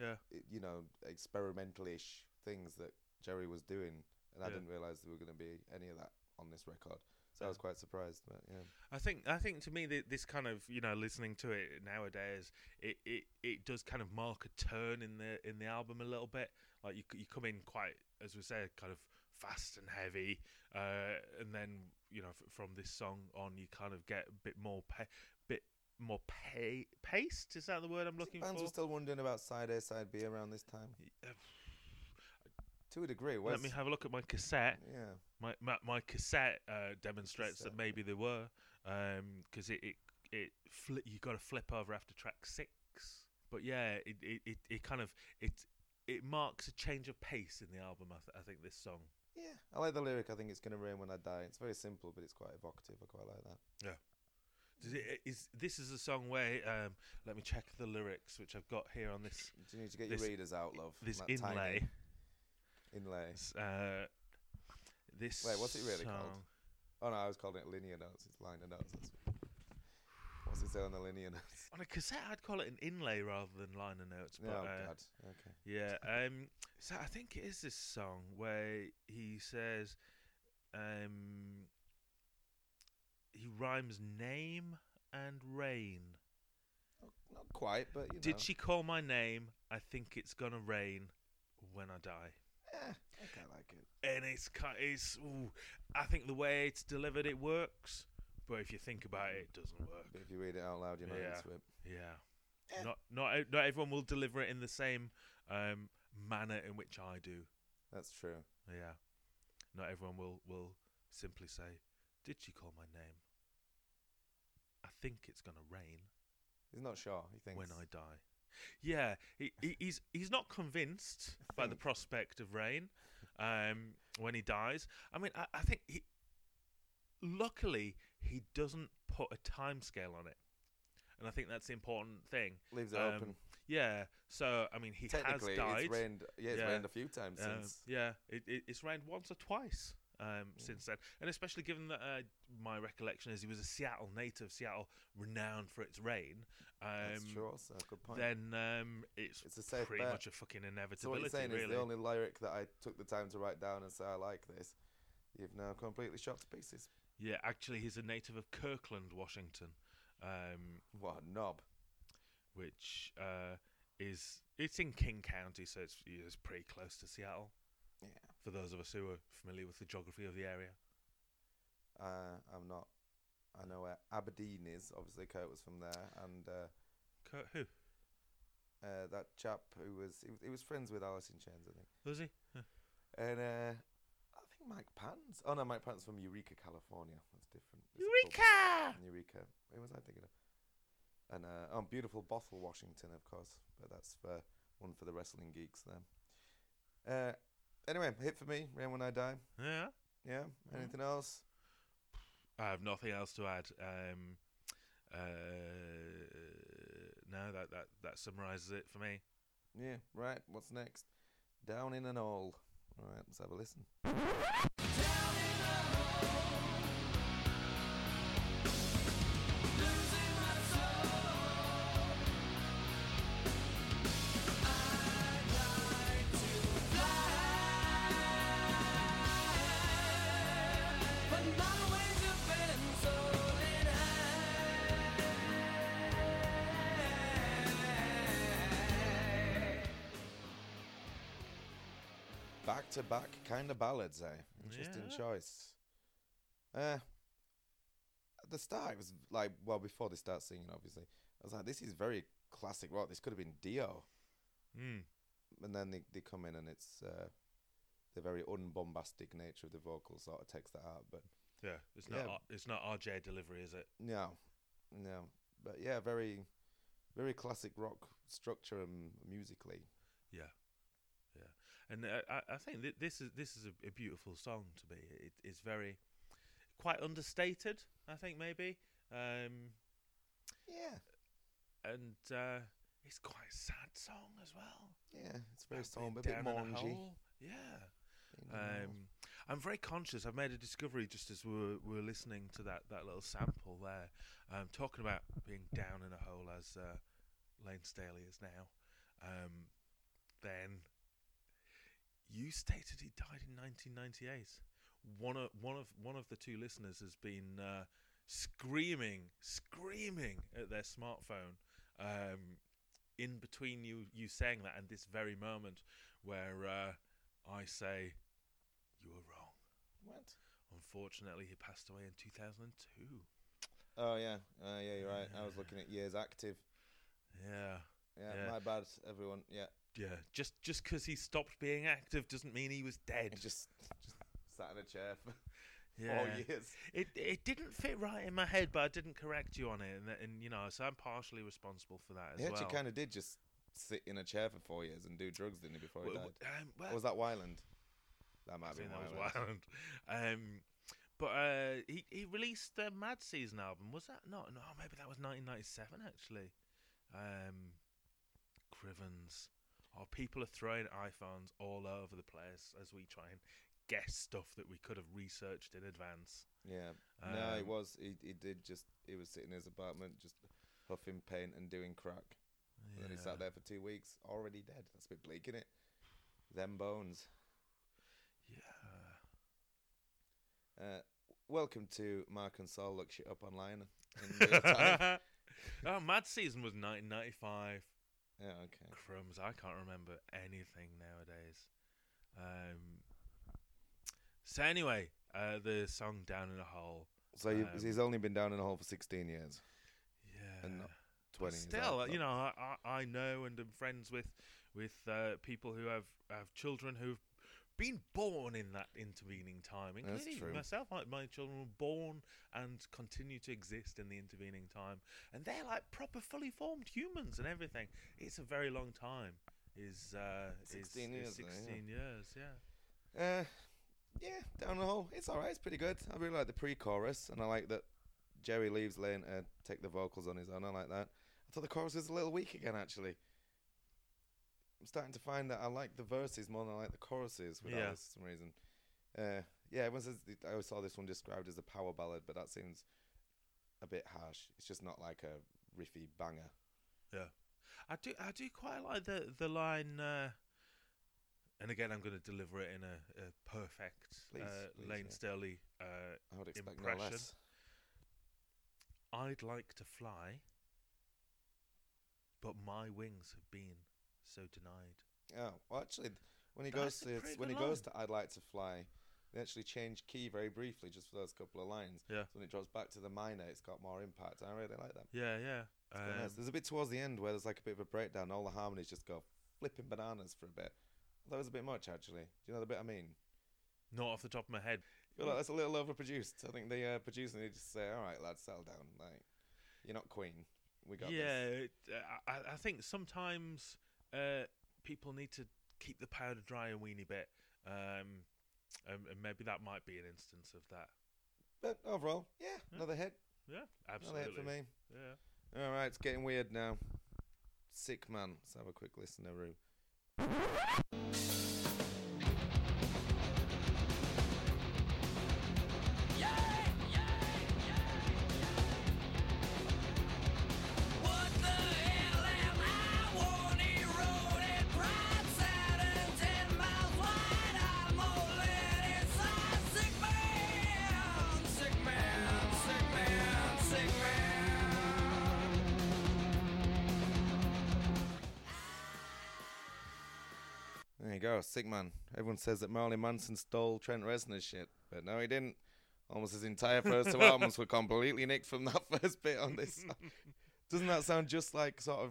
Yeah.
i- you know, experimental-ish things that Jerry was doing, and I
Yeah.
didn't realize there were going to be any of that on this record. So
Yeah.
I was quite surprised, but yeah.
I think I think to me that this kind of you know listening to it nowadays it, it, it does kind of mark a turn in the in the album a little bit like you c- you come in quite as we said kind of fast and heavy uh, and then you know f- from this song on you kind of get a bit more pa- bit more pay- paced is that the word I'm looking
Fans
for
were still wondering about side A, side B around this time.
uh,
To a degree,
let
Wes.
me have a look at my cassette
Yeah.
my my, my cassette uh, demonstrates
Cassette,
that maybe they were because it it, it fli- you got to flip over after track six but yeah it it, it, it kind of it it marks a change of pace in the album I, th- I think this song
Yeah, I like the lyric. I think it's gonna rain when I die. It's very simple, but it's quite evocative. I quite like that.
Does it,
Mm.
is this is a song where um, let me check the lyrics which I've got here on this
Do you need to get
This-
your readers out, love?
this
That tiny
inlay
Inlay.
S- uh, this
Wait, what's it really
song.
called? Oh no, I was calling it linear notes. It's liner notes. That's What's it say on the linear notes?
on a cassette I'd call it an inlay rather than liner notes
Oh
but uh,
God. Okay.
Yeah. Um. So I think it is this song where he says, um, he rhymes name and rain.
Not quite, but you know.
Did she call my name? I think it's gonna rain when I die.
Eh, I kind of like it.
And it's ki- it's. Ooh, I think the way it's delivered, it works. But if you think about it, it doesn't work.
But if you read it out loud, you're not
Yeah.
into it. Eh.
Yeah. Not not e- not everyone will deliver it in the same um manner in which I do.
That's true.
Yeah. Not everyone will, will simply say, Did she call my name? I think it's going to rain
He's not sure. He thinks.
when I die. Yeah, he, he, he's he's not convinced by the
think-
prospect of rain um, when he dies. I mean, I, I think he. Luckily, he doesn't put a time scale on it, and I think that's the important thing.
Leaves it
Um,
open.
Yeah. So I mean, he has
Technically,
died.
it's rained. Yeah, it's
Yeah.
rained a few times
Um,
since. Mm.
yeah, it, it, it's rained once or twice. um, since then, and especially given that uh, my recollection is he was a Seattle native, Seattle renowned for its rain. Um,
That's true also, good point.
Then um, it's,
It's a safe
pretty
bet.
much a fucking
So what
inevitability,
you're saying
really.
is the only lyric that I took the time to write down and say I like this, you've now completely shot to pieces.
Yeah, actually, he's a native of Kirkland, Washington. Um,
what a knob!
Which uh, is it's in King County, so it's, it's pretty close to Seattle.
Yeah.
For those of us who are familiar with the geography of the area.
Uh, I'm not. I know where Aberdeen is. Obviously, Kurt was from there, and uh,
Kurt who?
Uh, that chap who was he, was he was friends with Alice in Chains, I think.
Was he? Huh.
And uh, I think Mike Pans. Oh no, Mike Pans from Eureka, California. That's different. It's a
Eureka!
pub. Eureka. Who was I thinking of? And uh, oh, beautiful Bothell, Washington, of course. But that's for one for the wrestling geeks. Then. Uh, anyway, hit for me. Rain when I die.
Yeah.
Yeah. Anything else?
I have nothing else to add. Um, uh, no, that, that that summarizes it for me.
Yeah. Right. What's next? Down in an hole. All right. Let's have a listen.
But my ways have been so
Back to back kind of ballads, eh? Interesting
Yeah.
choice. Uh, at the start, it was like, well, before they start singing, obviously, I was like, this is very classic rock. This could have been Dio.
Mm.
And then they, they come in and it's uh, the very unbombastic nature of the vocals sort of takes that out. But
Yeah, it's not
Yeah.
R- it's not RJ delivery, is it?
no, no. But yeah, very, very classic rock structure and musically.
Yeah, yeah, and uh, I, I think th- this is this is a, a beautiful song to me. It, it's very quite understated. I think maybe, um,
yeah,
and uh, it's quite a sad song as well.
Yeah, it's very
About
somber, a
being
bit
down in a
mangy.
hole. Yeah,
in a hole.
um, I'm very conscious. I've made a discovery just as we were, we were listening to that that little sample there, um, talking about being down in a hole as uh, Lane Staley is now. Um, then you stated he died in 1998. One of one of one of the two listeners has been uh, screaming, screaming at their smartphone um, in between you you saying that and this very moment where uh, I say you were wrong.
What?
Unfortunately, he passed away in 2002.
Oh yeah, uh, yeah, you're right. I was looking at years active.
Yeah.
Yeah,
Yeah.
my bad, everyone. Yeah,
Yeah, just just because he stopped being active doesn't mean he was dead.
Just, oh, just sat in a chair for
Yeah.
four years.
It it didn't fit right in my head, but I didn't correct you on it, and, that- and you know, so I'm partially responsible for that as
He
well.
actually kind of did just sit in a chair for four years and do drugs, didn't he? Before he
Well,
died,
um, well-
or was that Wyland? That might
I
have been
think that
Wyland.
was Wyland. Um, but uh, he he released the Mad Season album. Was that not? No, oh, maybe that was 1997 actually. Um, Crivens. Oh, people are throwing iPhones all over the place as we try and guess stuff that we could have researched in advance.
Yeah, no, it
Um,
was. He, he did just. He was sitting in his apartment, just huffing paint and doing crack. And then he
Yeah.
sat there for two weeks, already dead. That's a bit bleak, is it? Them bones.
Yeah.
Uh, welcome to Mark and Sol look shit up online. In real time.
oh, Mad Season was 1995.
Yeah, okay.
Crumbs, I can't remember anything nowadays. Um. So anyway, uh, the song "Down in a Hole."
So you,
um,
he's only been down in a hole for 16 years.
Yeah.
And not
but
20. is that-
Still, uh,
that-
you know, I, I I know and am friends with with uh, people who have have children who've been born in that intervening time, including
true.
myself. My, my children were born and continue to exist in the intervening time, and they're like proper fully formed humans and everything. It's a very long time. Is uh, is-
16
is
years though, yeah.
sixteen years, yeah.
Uh, yeah, down the hole. It's all right. It's pretty good. I really like the pre-chorus, and I like that Jerry leaves Lane to take the vocals on his own. I like that. I thought the chorus was a little weak again, actually. I'm starting to find that I like the verses more than I like the choruses with
Yeah.
Alice for some reason. Uh, Yeah, everyone says I always saw this one described as a power ballad, but that seems a bit harsh. It's just not like a riffy banger.
Yeah, I do. I do quite like the the line. Uh, and again, I'm going to deliver it in a, a perfect
Please,
uh,
please,
Lane
yeah.
Staley uh,
I would expect no
impression.
less.
I'd like to fly, but my wings have been so denied.
Yeah. Oh, Well, actually, when he
That's
goes
a
to it's-
pretty
when he
good
goes
line.
to "I'd like to fly," they actually change key very briefly just for those couple of lines.
Yeah.
So when it drops back to the minor, it's got more impact. I really like that.
Yeah, yeah.
It's quite nice.
Um,
There's a bit towards the end where there's like a bit of a breakdown. All the harmonies just go flipping bananas for a bit. That was a bit much, actually. Do you know the bit I mean?
Not off the top of my head.
I feel like that's a little overproduced. I think the uh, producer needs to say, "All right, lads, settle down. Like, you're not Queen. We got
yeah,
this."
it, I- I, I think sometimes uh, people need to keep the powder dry a weeny bit, um, and, and maybe that might be an instance of that.
But overall, yeah, another hit.
Yeah,
Another
absolutely.
hit for me.
Yeah.
All right, it's getting weird now. Sick man. Let's have a quick listen, Roo. There you go, sick man. Everyone says that Marilyn Manson stole Trent Reznor's shit, but no, he didn't. Almost his entire first two albums were completely nicked from that first bit on this. song. Doesn't that sound just like sort of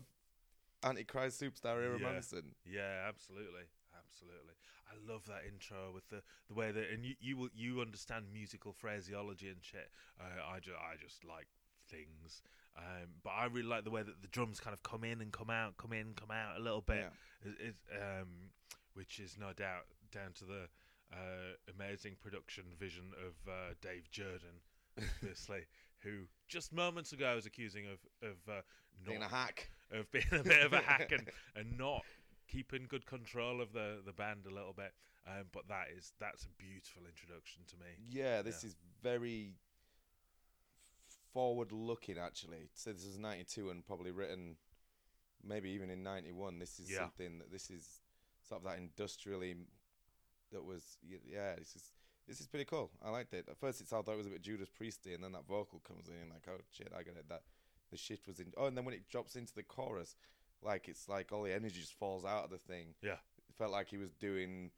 Antichrist superstar era
yeah.
Manson?
Yeah, absolutely, absolutely. I love that intro with the the way that, and you you will you understand musical phraseology and shit. Uh, I just I just like things, um, but I really like the way that the drums kind of come in and come out, come in, come out a little bit. It, it, um, which is no doubt down to the uh, amazing production vision of uh, Dave Jordan, obviously, who just moments ago I was accusing of of uh,
Being a
not-
hack.
of being a bit of a hack and, and not keeping good control of the, the band a little bit. Um, but that is that's a beautiful introduction to me.
Yeah, this is very forward looking actually. So this was ninety two and probably written maybe even in ninety one. This is
Yeah.
something that this is sort of that industrially m- that was y- yeah, this is this is pretty cool. I liked it. At first it sounded like it was a bit Judas Priesty and then that vocal comes in and like, oh shit, I got it that the shift was in oh and then when it drops into the chorus, like it's like all the energy just falls out of the thing.
Yeah.
It felt like he was doing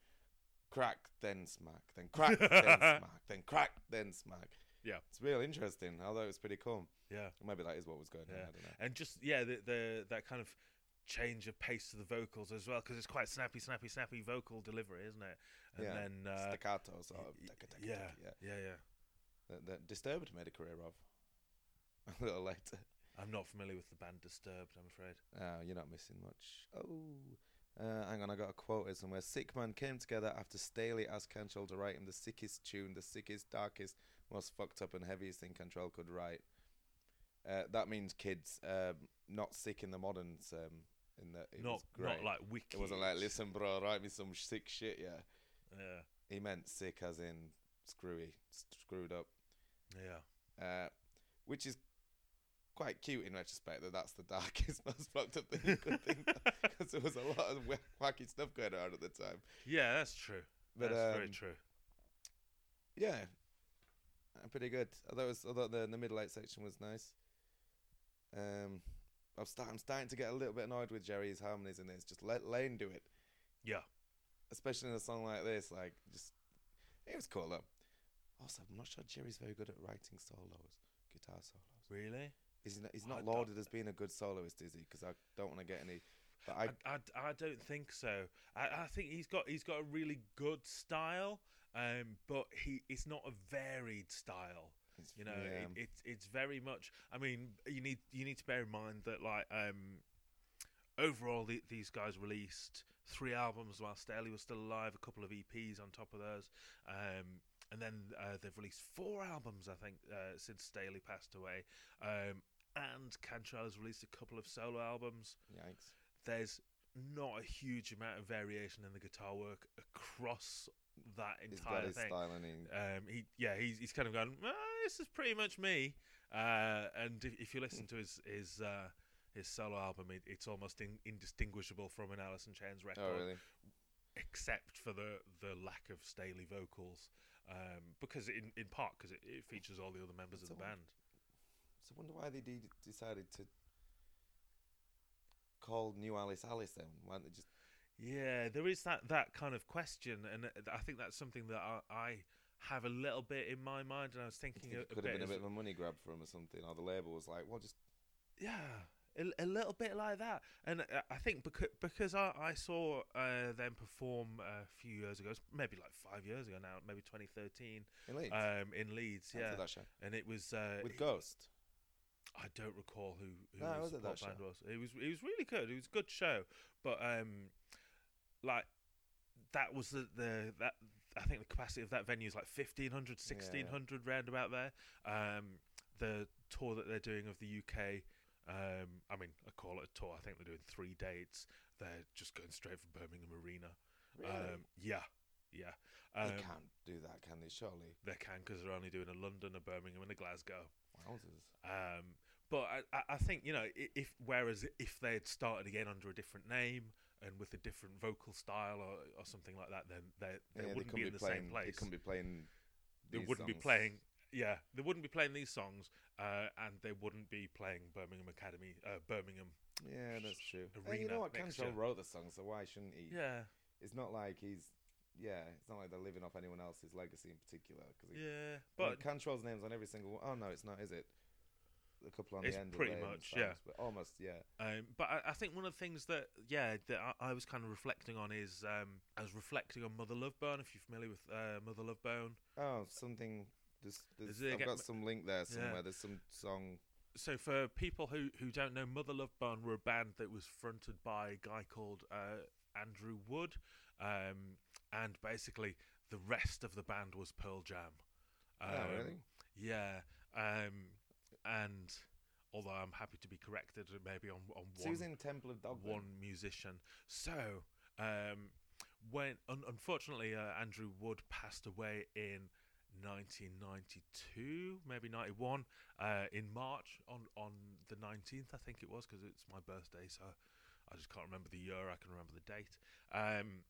crack then smack then crack then smack then crack then smack
Yeah.
it's real interesting although it's pretty cool
Yeah.
maybe that is what was going on
Yeah.
i don't know
And just yeah, the, the that kind of change of pace to the vocals as well because it's quite snappy, snappy, snappy vocal delivery, isn't it? And
yeah
then uh,
staccato sort of
y-
taka, taka,
yeah,
taka, yeah
yeah, yeah.
that, that disturbed made a career of a little later
I'm not familiar with the band Disturbed, I'm afraid.
Oh, you're not missing much. Oh, uh, hang on, I got a quote here somewhere. Sick Man came together after Staley asked Cantrell to write him the sickest tune, the sickest, darkest, most fucked up and heaviest thing Cantrell could write. Uh, that means kids, um, not sick in the modern term. In that it
Not-
was
not
great.
like
It wasn't like,
wicked.
listen, bro, write me some sick shit, yeah.
Yeah.
He meant sick as in screwy, s- screwed up.
Yeah.
Uh, which is quite cute in retrospect that that's the darkest, most fucked up thing you could think of. Because there was a lot of wha- wacky stuff going around at the time.
Yeah, that's true.
But,
that's very
um,
true.
Yeah. Uh, pretty good. I thought, it was, I thought the, the middle eight section was nice. Um, I'm, start, I'm starting to get a little bit annoyed with Jerry's harmonies in this. Just let Lane do it.
Yeah.
Especially in a song like this. Like, just. It was cool, though. Also, I'm not sure Jerry's very good at writing solos, guitar solos.
Really?
He's not, he's
Well, I
not
don't-
lauded as being a good soloist, is he? Because I don't want to get any. But I,
I, I, I don't think so. I, I think he's got he's got a really good style, um, but he it's not a varied style.
It's-
you know,
yeah.
it, it's it's very much. I mean, you need you need to bear in mind that like um, overall the, these guys released three albums while Staley was still alive, a couple of EPs on top of those, um, and then uh, they've released four albums I think uh, since Staley passed away, um, and Cantrell has released a couple of solo albums
yikes.
there's not a huge amount of variation in the guitar work across that
He's got
entire
his
thing.
style, hasn't he?
Um, he yeah, he's he's kind of gone. "Ah, this is pretty much me. Uh, and if,
Hmm.
if you listen to his his uh, his solo album, it, it's almost in, indistinguishable from an Alice in Chains record,
Oh, really?
except for the the lack of Staley vocals. Um, because in in part because it, it features all the other members of the
Someone-
band.
So I wonder why they de- decided to call New Alice Alice then. Why don't they just
Yeah, there is that that kind of question, and uh, th- I think that's something that I, I have a little bit in my mind, and I was thinking
think
a,
it
a
could have
bit
been a
as-
bit of a money grab for him or something? Or the label was like, well, just
yeah a, a little bit like that and uh, i think because because i, I saw uh, them perform uh, a few years ago it's maybe like five years ago now maybe 2013
In Leeds?
um in leeds
I was at
yeah
that show.
and it was uh
With
it-
Ghost?
i don't recall who, who
No, I
the
was at that
support band
show.
was it was it was really good it was a good show but um like that was the, the that I think the capacity of that venue is like 1500 1600 roundabout there um the tour that they're doing of the UK um I mean I call it a tour I think they're doing 3 dates they're just going straight from Birmingham Arena
Really?
um yeah yeah
they
um,
can't do that, can they? Surely.
they can because they're only doing a London a Birmingham and a Glasgow
Wowzers.
um, but I- I, I think you know i- if whereas if they had started again under a different name and with a different vocal style or, or something like that, then they, they
yeah, they
wouldn't
couldn't
be
be,
in the
playing.
same place.
They couldn't be playing.
They
these
wouldn't be
songs.
playing. Yeah, they wouldn't be playing these songs, uh, and they wouldn't be playing Birmingham Academy, uh, Birmingham.
Yeah, that's true.
Arena
And you know what?
next
Cantrell
year.
wrote the song, so why shouldn't he?
Yeah.
It's not like he's. Yeah, it's not like they're living off anyone else's legacy in particular. Cause he,
Yeah,
I mean,
but-
Cantrell's name's on every single one. Oh no, it's not, is it? A couple on
It's
the end. are
pretty
Lane's
much, yeah.
songs, but almost, yeah.
Um, but I, I think one of the things that yeah that I, I was kind of reflecting on is um, I was reflecting on Mother Love Bone. If you're familiar with uh, Mother Love Bone,
Oh, something. There's, there's,
Is it
I've
get-
got some link there
Yeah.
somewhere. There's some song.
so for people who, who don't know, Mother Love Bone were a band that was fronted by a guy called uh, Andrew Wood, um, and basically the rest of the band was Pearl Jam. Um,
Oh, really?
Yeah, um, and although I'm happy to be corrected, maybe on on
So
one
who's in Temple of Dog then?
one musician. So um, when un- unfortunately uh, Andrew Wood passed away in 1992, maybe 91, uh, in March on on the 19th, I think it was, because it's my birthday, so I just can't remember the year. I can remember the date. Um,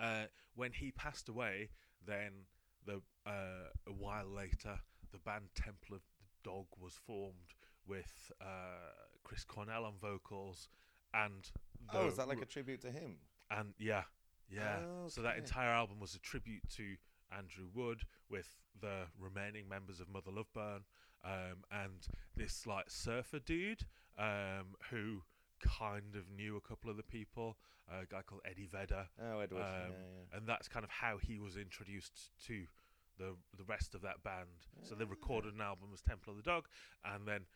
uh, when he passed away, then the uh, a while later, the band Temple of the Dog was formed with uh, Chris Cornell on vocals, and the
Oh, is that like
r-
a tribute to him?
and yeah, yeah. So that
Okay.
entire album was a tribute to Andrew Wood with the remaining members of Mother Love Burn, um, and this like surfer dude um, who kind of knew a couple of the people, a guy called Eddie Vedder.
Oh, Edward,
Um,
yeah, yeah.
And that's kind of how he was introduced to the the rest of that band. So
Ah.
they recorded an album as Temple of the Dog, and then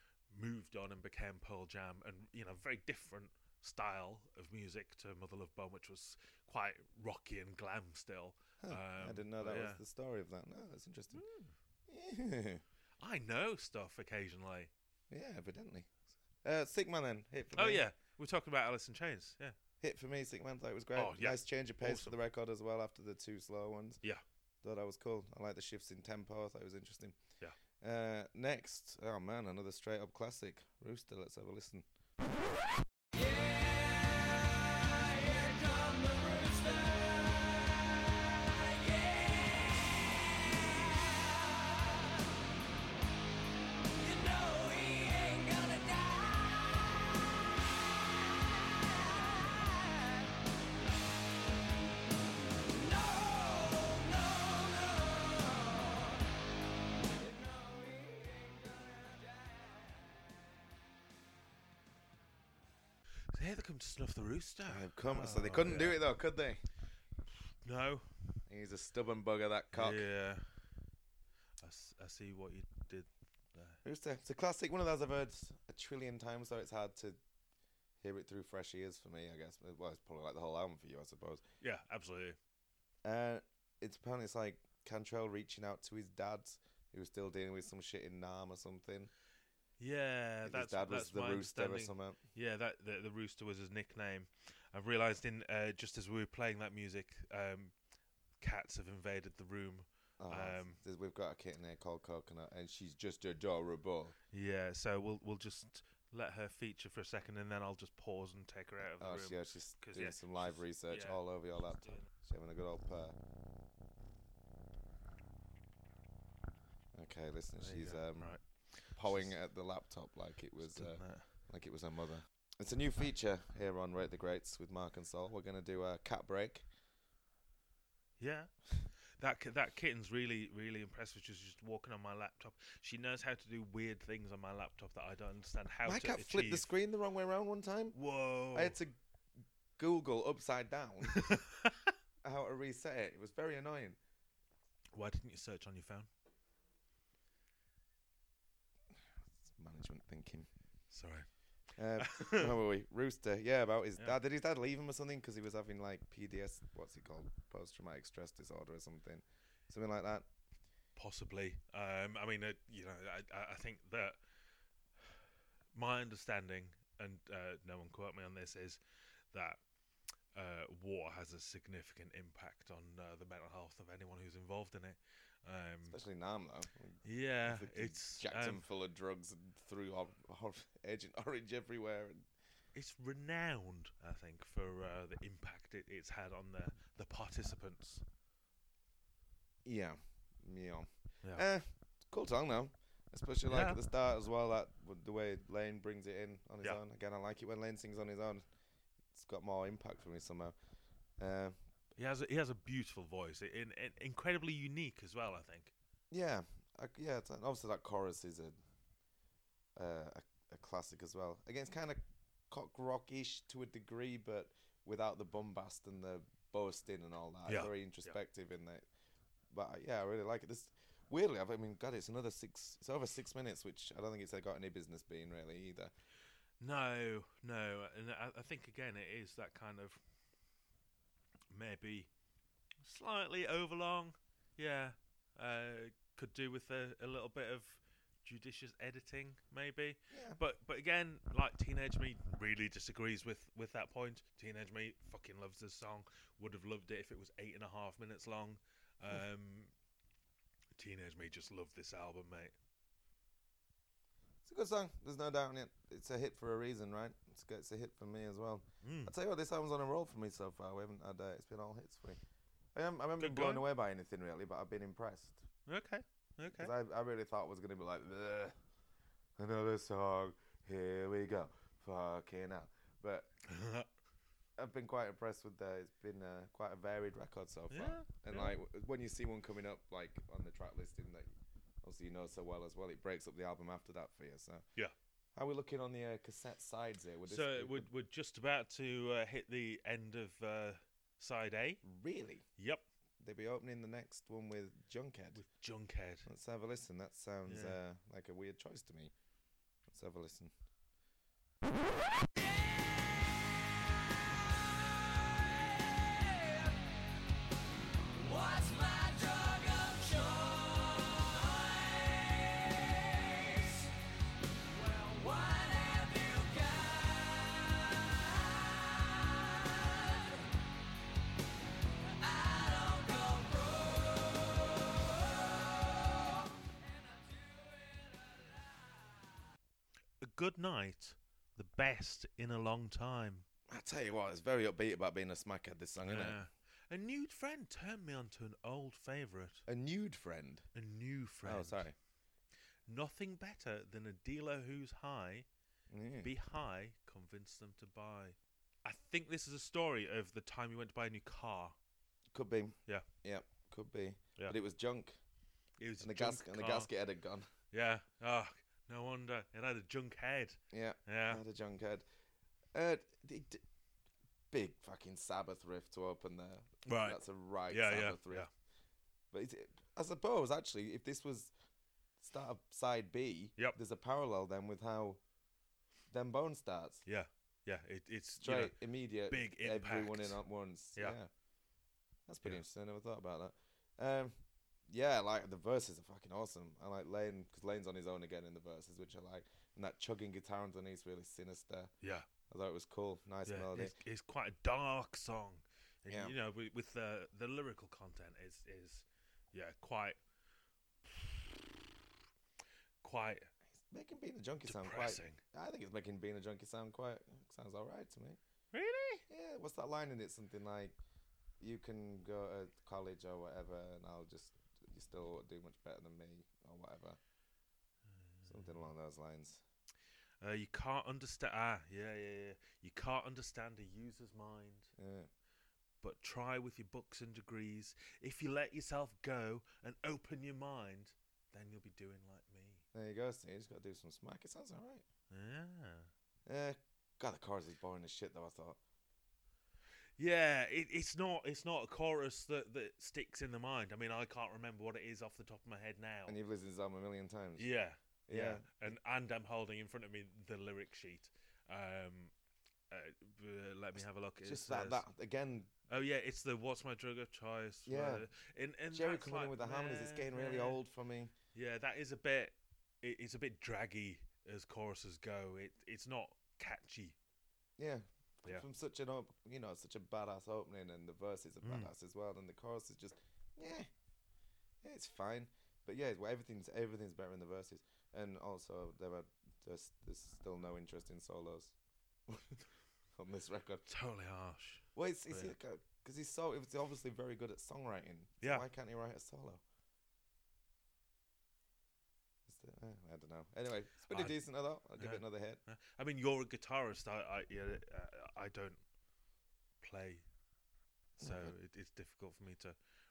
moved on and became Pearl Jam, and you know, very different style of music to Mother Love Bone, which was quite rocky and glam still.
Huh, I
Um,
didn't know
but
that
yeah. Hmm.
was the story of that. No, that's interesting.
I know stuff occasionally.
yeah, evidently. Uh, Sick Man then. Hit for
Oh
me.
yeah, we're talking about Alice in Chains. Yeah,
Hit for me. Sick Man thought it was great.
Oh, yeah.
Nice change of pace for
Awesome.
the record as well after the two slow ones.
Yeah.
Thought that was cool. I like the shifts in tempo. I thought it was interesting.
Yeah.
Uh, next, oh man, another straight up classic. Rooster, let's have a listen.
so here they come to snuff the rooster.
They've come, so
Oh,
they couldn't do it though, could they?
No.
He's a stubborn bugger, that cock.
Yeah. I, s- I see what you did there.
Rooster. It's a classic. One of those I've heard a trillion times, so it's hard to hear it through fresh ears for me, I guess. Well, it's probably like the whole album for you, I suppose.
Yeah, absolutely.
Uh, it's apparently it's like Cantrell reaching out to his dad, who was still dealing with some shit in Nam or something.
Yeah,
His
Uh, that's
dad was
that's
the
my
Rooster or
understanding.
something.
Yeah, that the, the rooster was his nickname. I've realised in uh, just as we were playing that music, um, Cats have invaded the room.
Oh,
um,
th- we've got a kitten here called Coconut, and she's just adorable.
yeah, so we'll we'll just let her feature for a second, and then I'll just pause and take her out of the
Oh,
room.
she, yeah, she's
'Cause,
doing
yeah,
some live
she's-
research
yeah.
all over your laptop. She's having a good old purr. Okay, listen,
There you
she's
go,
um,
right.
pawing at the laptop like it was
done
uh,
that.
like it was her mother. It's a new feature here on Rate the Greats with Mark and Sol. We're gonna do a cat break.
Yeah. That ki- that kitten's really really impressive. She's just walking on my laptop. She knows how to do weird things on my laptop that I don't understand how to
My cat
achieve. Oh.
flipped the screen the wrong way around one time.
Whoa!
I had to Google upside down how to reset it. It was very annoying.
Why didn't you search on your phone?
Management thinking.
Sorry.
Uh, where were we? Rooster. Yeah, about his
Yeah.
dad. Did his dad leave him or something because he was having like PDS? What's it called? Post traumatic stress disorder or something, something like that.
Mm. Possibly. Um, I mean, uh, you know, I- I, I think that my understanding, and uh, no one quote me on this, is that uh, war has a significant impact on uh, the mental health of anyone who's involved in it. Um,
Especially Nam though.
yeah,
Fucking
it's
jacked him
um,
full of drugs and threw hor- hor- Agent Orange everywhere. And
it's renowned, I think, for uh, the impact it, it's had on the the participants.
yeah, yeah.
Yeah.
Eh, cool song though. Especially like
Yeah.
at the start as well. That w- the way Lane brings it in on his
Yeah.
own. Again, I like it when Lane sings on his own. It's got more impact for me somehow. Uh,
He has a, he has a beautiful voice, i- in, in, incredibly unique as well. I think.
Yeah, I, yeah. It's, and obviously, that chorus is a uh, a, a classic as well. Again, it's kind of cock rockish to a degree, but without the bombast and the boasting and all that.
Yeah,
It's very
yeah.
introspective in that. But I- yeah, I really like it. This weirdly, I've, I mean, God, it's another six. It's over six minutes, which I don't think it's got any business being really either.
No, no, and I, I think again it is that kind of maybe slightly overlong. Yeah, uh, could do with a, a little bit of judicious editing, maybe.
Yeah.
But but again, like teenage me really disagrees with with that point. Teenage me fucking loves this song. Would have loved it if it was eight and a half minutes long. Um, teenage me just loved this album, mate.
It's a good song. There's no doubt in it. It's a hit for a reason, right? It's good. It's a hit for me as well.
Mm.
I tell you what, this album's on a roll for me so far. We haven't had uh, it's been all hits for me. I, am, I haven't
Good
been blown
going.
away by anything really, but I've been impressed
Okay, okay.
because I, I really thought it was gonna be like "Bleh, another song. Here we go, fucking hell. But I've been quite impressed with the. It's been uh, quite a varied record so far,
Yeah,
and
yeah.
like w- when you see one coming up like on the track listing that obviously you know so well as well, it breaks up the album after that for you. So
yeah.
how are we looking on the uh, cassette sides here? Would this
So
be-
we're, we're just about to uh, hit the end of uh, side A.
really
Yep,
they'll be opening the next one with Junkhead.
with Junkhead.
Let's have a listen. That sounds
Yeah.
uh, like a weird choice to me. Let's have a listen.
A good night, the best in a long time.
I tell you what, it's very upbeat about being a smackhead. This song, isn't
Yeah. a nude friend turned me onto an old favourite.
it? A nude friend.
A new friend.
Oh, sorry.
Nothing better than a dealer who's high.
Yeah.
Be high, convince them to buy. I think this is a story of the time you went to buy a new car.
could be.
Yeah,
Yep, could be.
Yeah.
But it was junk,
it was
and the
a junk
gasket and the
car.
gasket head had gone.
Yeah. Oh, no wonder it had a junk head.
Yeah,
Yeah.
I had a junk head. Uh, d- d- big fucking Sabbath riff to open there.
Right.
that's a right
Yeah, yeah,
Sabbath riff.
yeah.
But it's, I suppose actually, if this was start of side B,
Yep.
there's a parallel then with how Them Bone starts.
Yeah, yeah. It, it's
Straight,
You know,
immediate,
big
everyone in
impact.
at once. Yeah,
Yeah.
that's pretty
Yeah.
interesting. I never thought about that. Um, yeah, like the verses are fucking awesome. I like Lane because Lane's on his own again in the verses, which I like, and that chugging guitar underneath is really sinister.
yeah,
I thought it was cool, nice
yeah.
melody.
It's, it's quite a dark song. and
Yeah.
you know with, with the the lyrical content is is yeah quite quite
making being a junkie sound quite.
Depressing.
I think it's making being a junkie sound quite sounds all right to me.
Really?
Yeah. What's that line in it? Something like, "You can go to college or whatever, and I'll just you still do much better than me or whatever." Something along those lines. Mm.
uh, you can't understand ah yeah yeah yeah you can't understand a user's mind
Yeah.
but try with your books and degrees if you let yourself go and open your mind then you'll be doing like me
There you go. So you just got to do some smack. It sounds all
yeah
right. Yeah. God, the chorus is boring as shit, though. I thought.
Yeah, it, it's not it's not a chorus that, that sticks in the mind. I mean, I can't remember what it is off the top of my head now.
And you've listened to them a million times.
yeah, yeah,
Yeah.
and and I'm holding in front of me the lyric sheet. Um, uh, b- let me have a look. It
Just that,
says-
that again.
Oh yeah, it's the "What's My Drug of Choice."
Yeah.
uh, and, and
Jerry
that's
coming in
like,
with the harmonies. It's getting really
meh.
old for me.
Yeah, that is a bit. It, it's a bit draggy as choruses go. It it's not catchy.
Yeah.
Yeah.
From such an op- you know such a badass opening, and the verses are
Mm.
badass as well, and the chorus is just yeah, yeah it's fine. But yeah, well, everything's everything's better in the verses, and also there are just there's still no interest in solos on this record.
Totally harsh.
Well, it's it's
Yeah.
because he's so it's obviously very good at songwriting. so
Yeah.
Why can't he write a solo? It's the- uh, I don't know. Anyway, it's pretty
I-
decent. I thought I'll give
Yeah.
it another hit.
Yeah. I mean, you're a guitarist. I, I, yeah, uh, I don't play, so
Yeah.
it, it's difficult for me to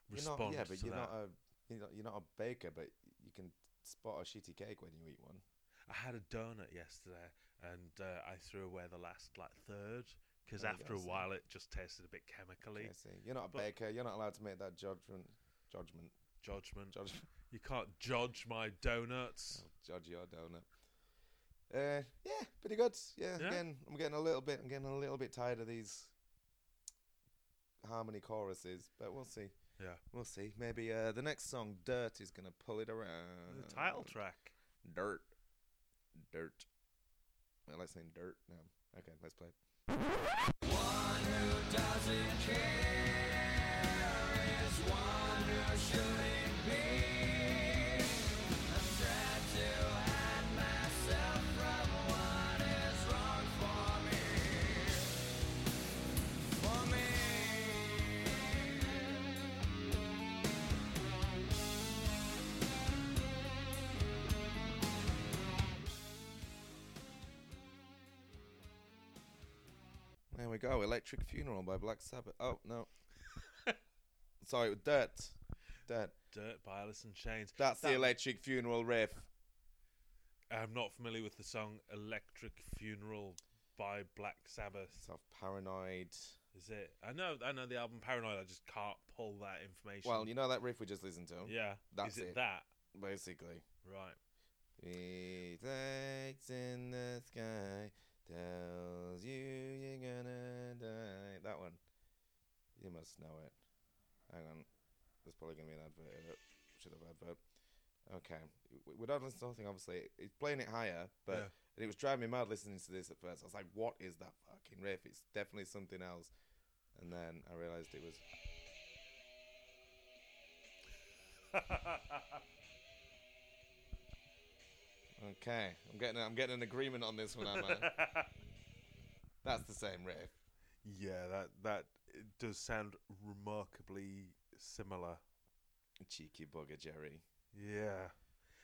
You're
respond.
not, yeah, but
to
you're
that.
not a you're not, you're not a baker, but you can spot a shitty cake when you eat one.
I had a donut yesterday, and uh, I threw away the last like third because
There you go,
after a
see.
while it just tasted a bit chemically.
I see. E. You're not a
But-
baker. You're not allowed to make that judgment. Judgment.
Judgment.
Judge.
You can't judge my donuts.
Judge your donut. Uh, yeah, pretty good. Yeah,
Yeah.
again, I'm getting a little bit. I'm getting a little bit tired of these harmony choruses, but we'll see.
Yeah.
We'll see. Maybe uh, the next song, "Dirt," is gonna pull it around.
The title track.
"Dirt," "Dirt." I like saying "dirt." No. Okay, let's play. it. There we go. Electric Funeral by Black Sabbath. Oh no. Sorry, dirt. Dirt.
Dirt by Alice in Chains.
That's the
That-
electric funeral riff.
I'm not familiar with the song "Electric Funeral" by Black Sabbath.
Self paranoid.
Is it? I know, I know the album Paranoid. I just can't pull that information.
Well, you know that riff we just listened to?
yeah,
that's
is it,
it.
that
Basically.
right?
It lights in the sky tells you you're gonna die. That one. You must know it. Hang on. There's probably gonna be an advert in it. Should have advert. Okay. W- We're not listening to the whole thing, obviously. It's playing it higher, but
Yeah.
and it was driving me mad listening to this at first. I was like, what is that fucking riff? It's definitely something else. And then I realized it was. Okay, I'm getting I'm getting an agreement on this one, am I? That's the same riff.
Yeah, that that it does sound remarkably similar.
Cheeky bugger, Jerry.
Yeah,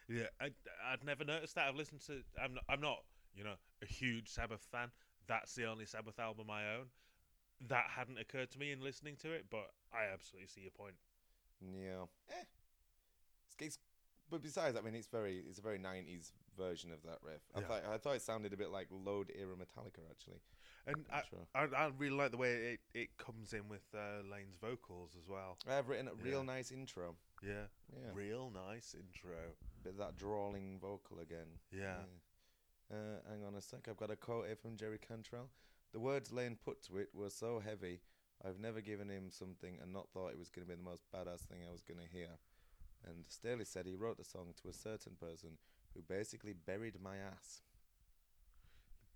yeah. I I'd never noticed that. I've listened to. I'm not. I'm not. You know, a huge Sabbath fan. That's the only Sabbath album I own. That hadn't occurred to me in listening to it, but I absolutely see your point.
Yeah. Eh. It's, it's, but besides, I mean, it's very it's a very '90s version of that riff. I
Yeah.
thought I thought it sounded a bit like Load era Metallica, actually.
And uh,
I'm
I,
sure.
I, I really like the way it, it comes in with uh, Lane's vocals as well.
I've written a real
Yeah.
nice intro.
Yeah.
Yeah.
Real nice intro.
Bit of that drawling vocal again.
Yeah.
Yeah. Uh, hang on a sec. I've got a quote here from Jerry Cantrell. The words Lane put to it were so heavy. I've never given him something and not thought it was going to be the most badass thing I was going to hear. And Staley said he wrote the song to a certain person who basically buried my ass.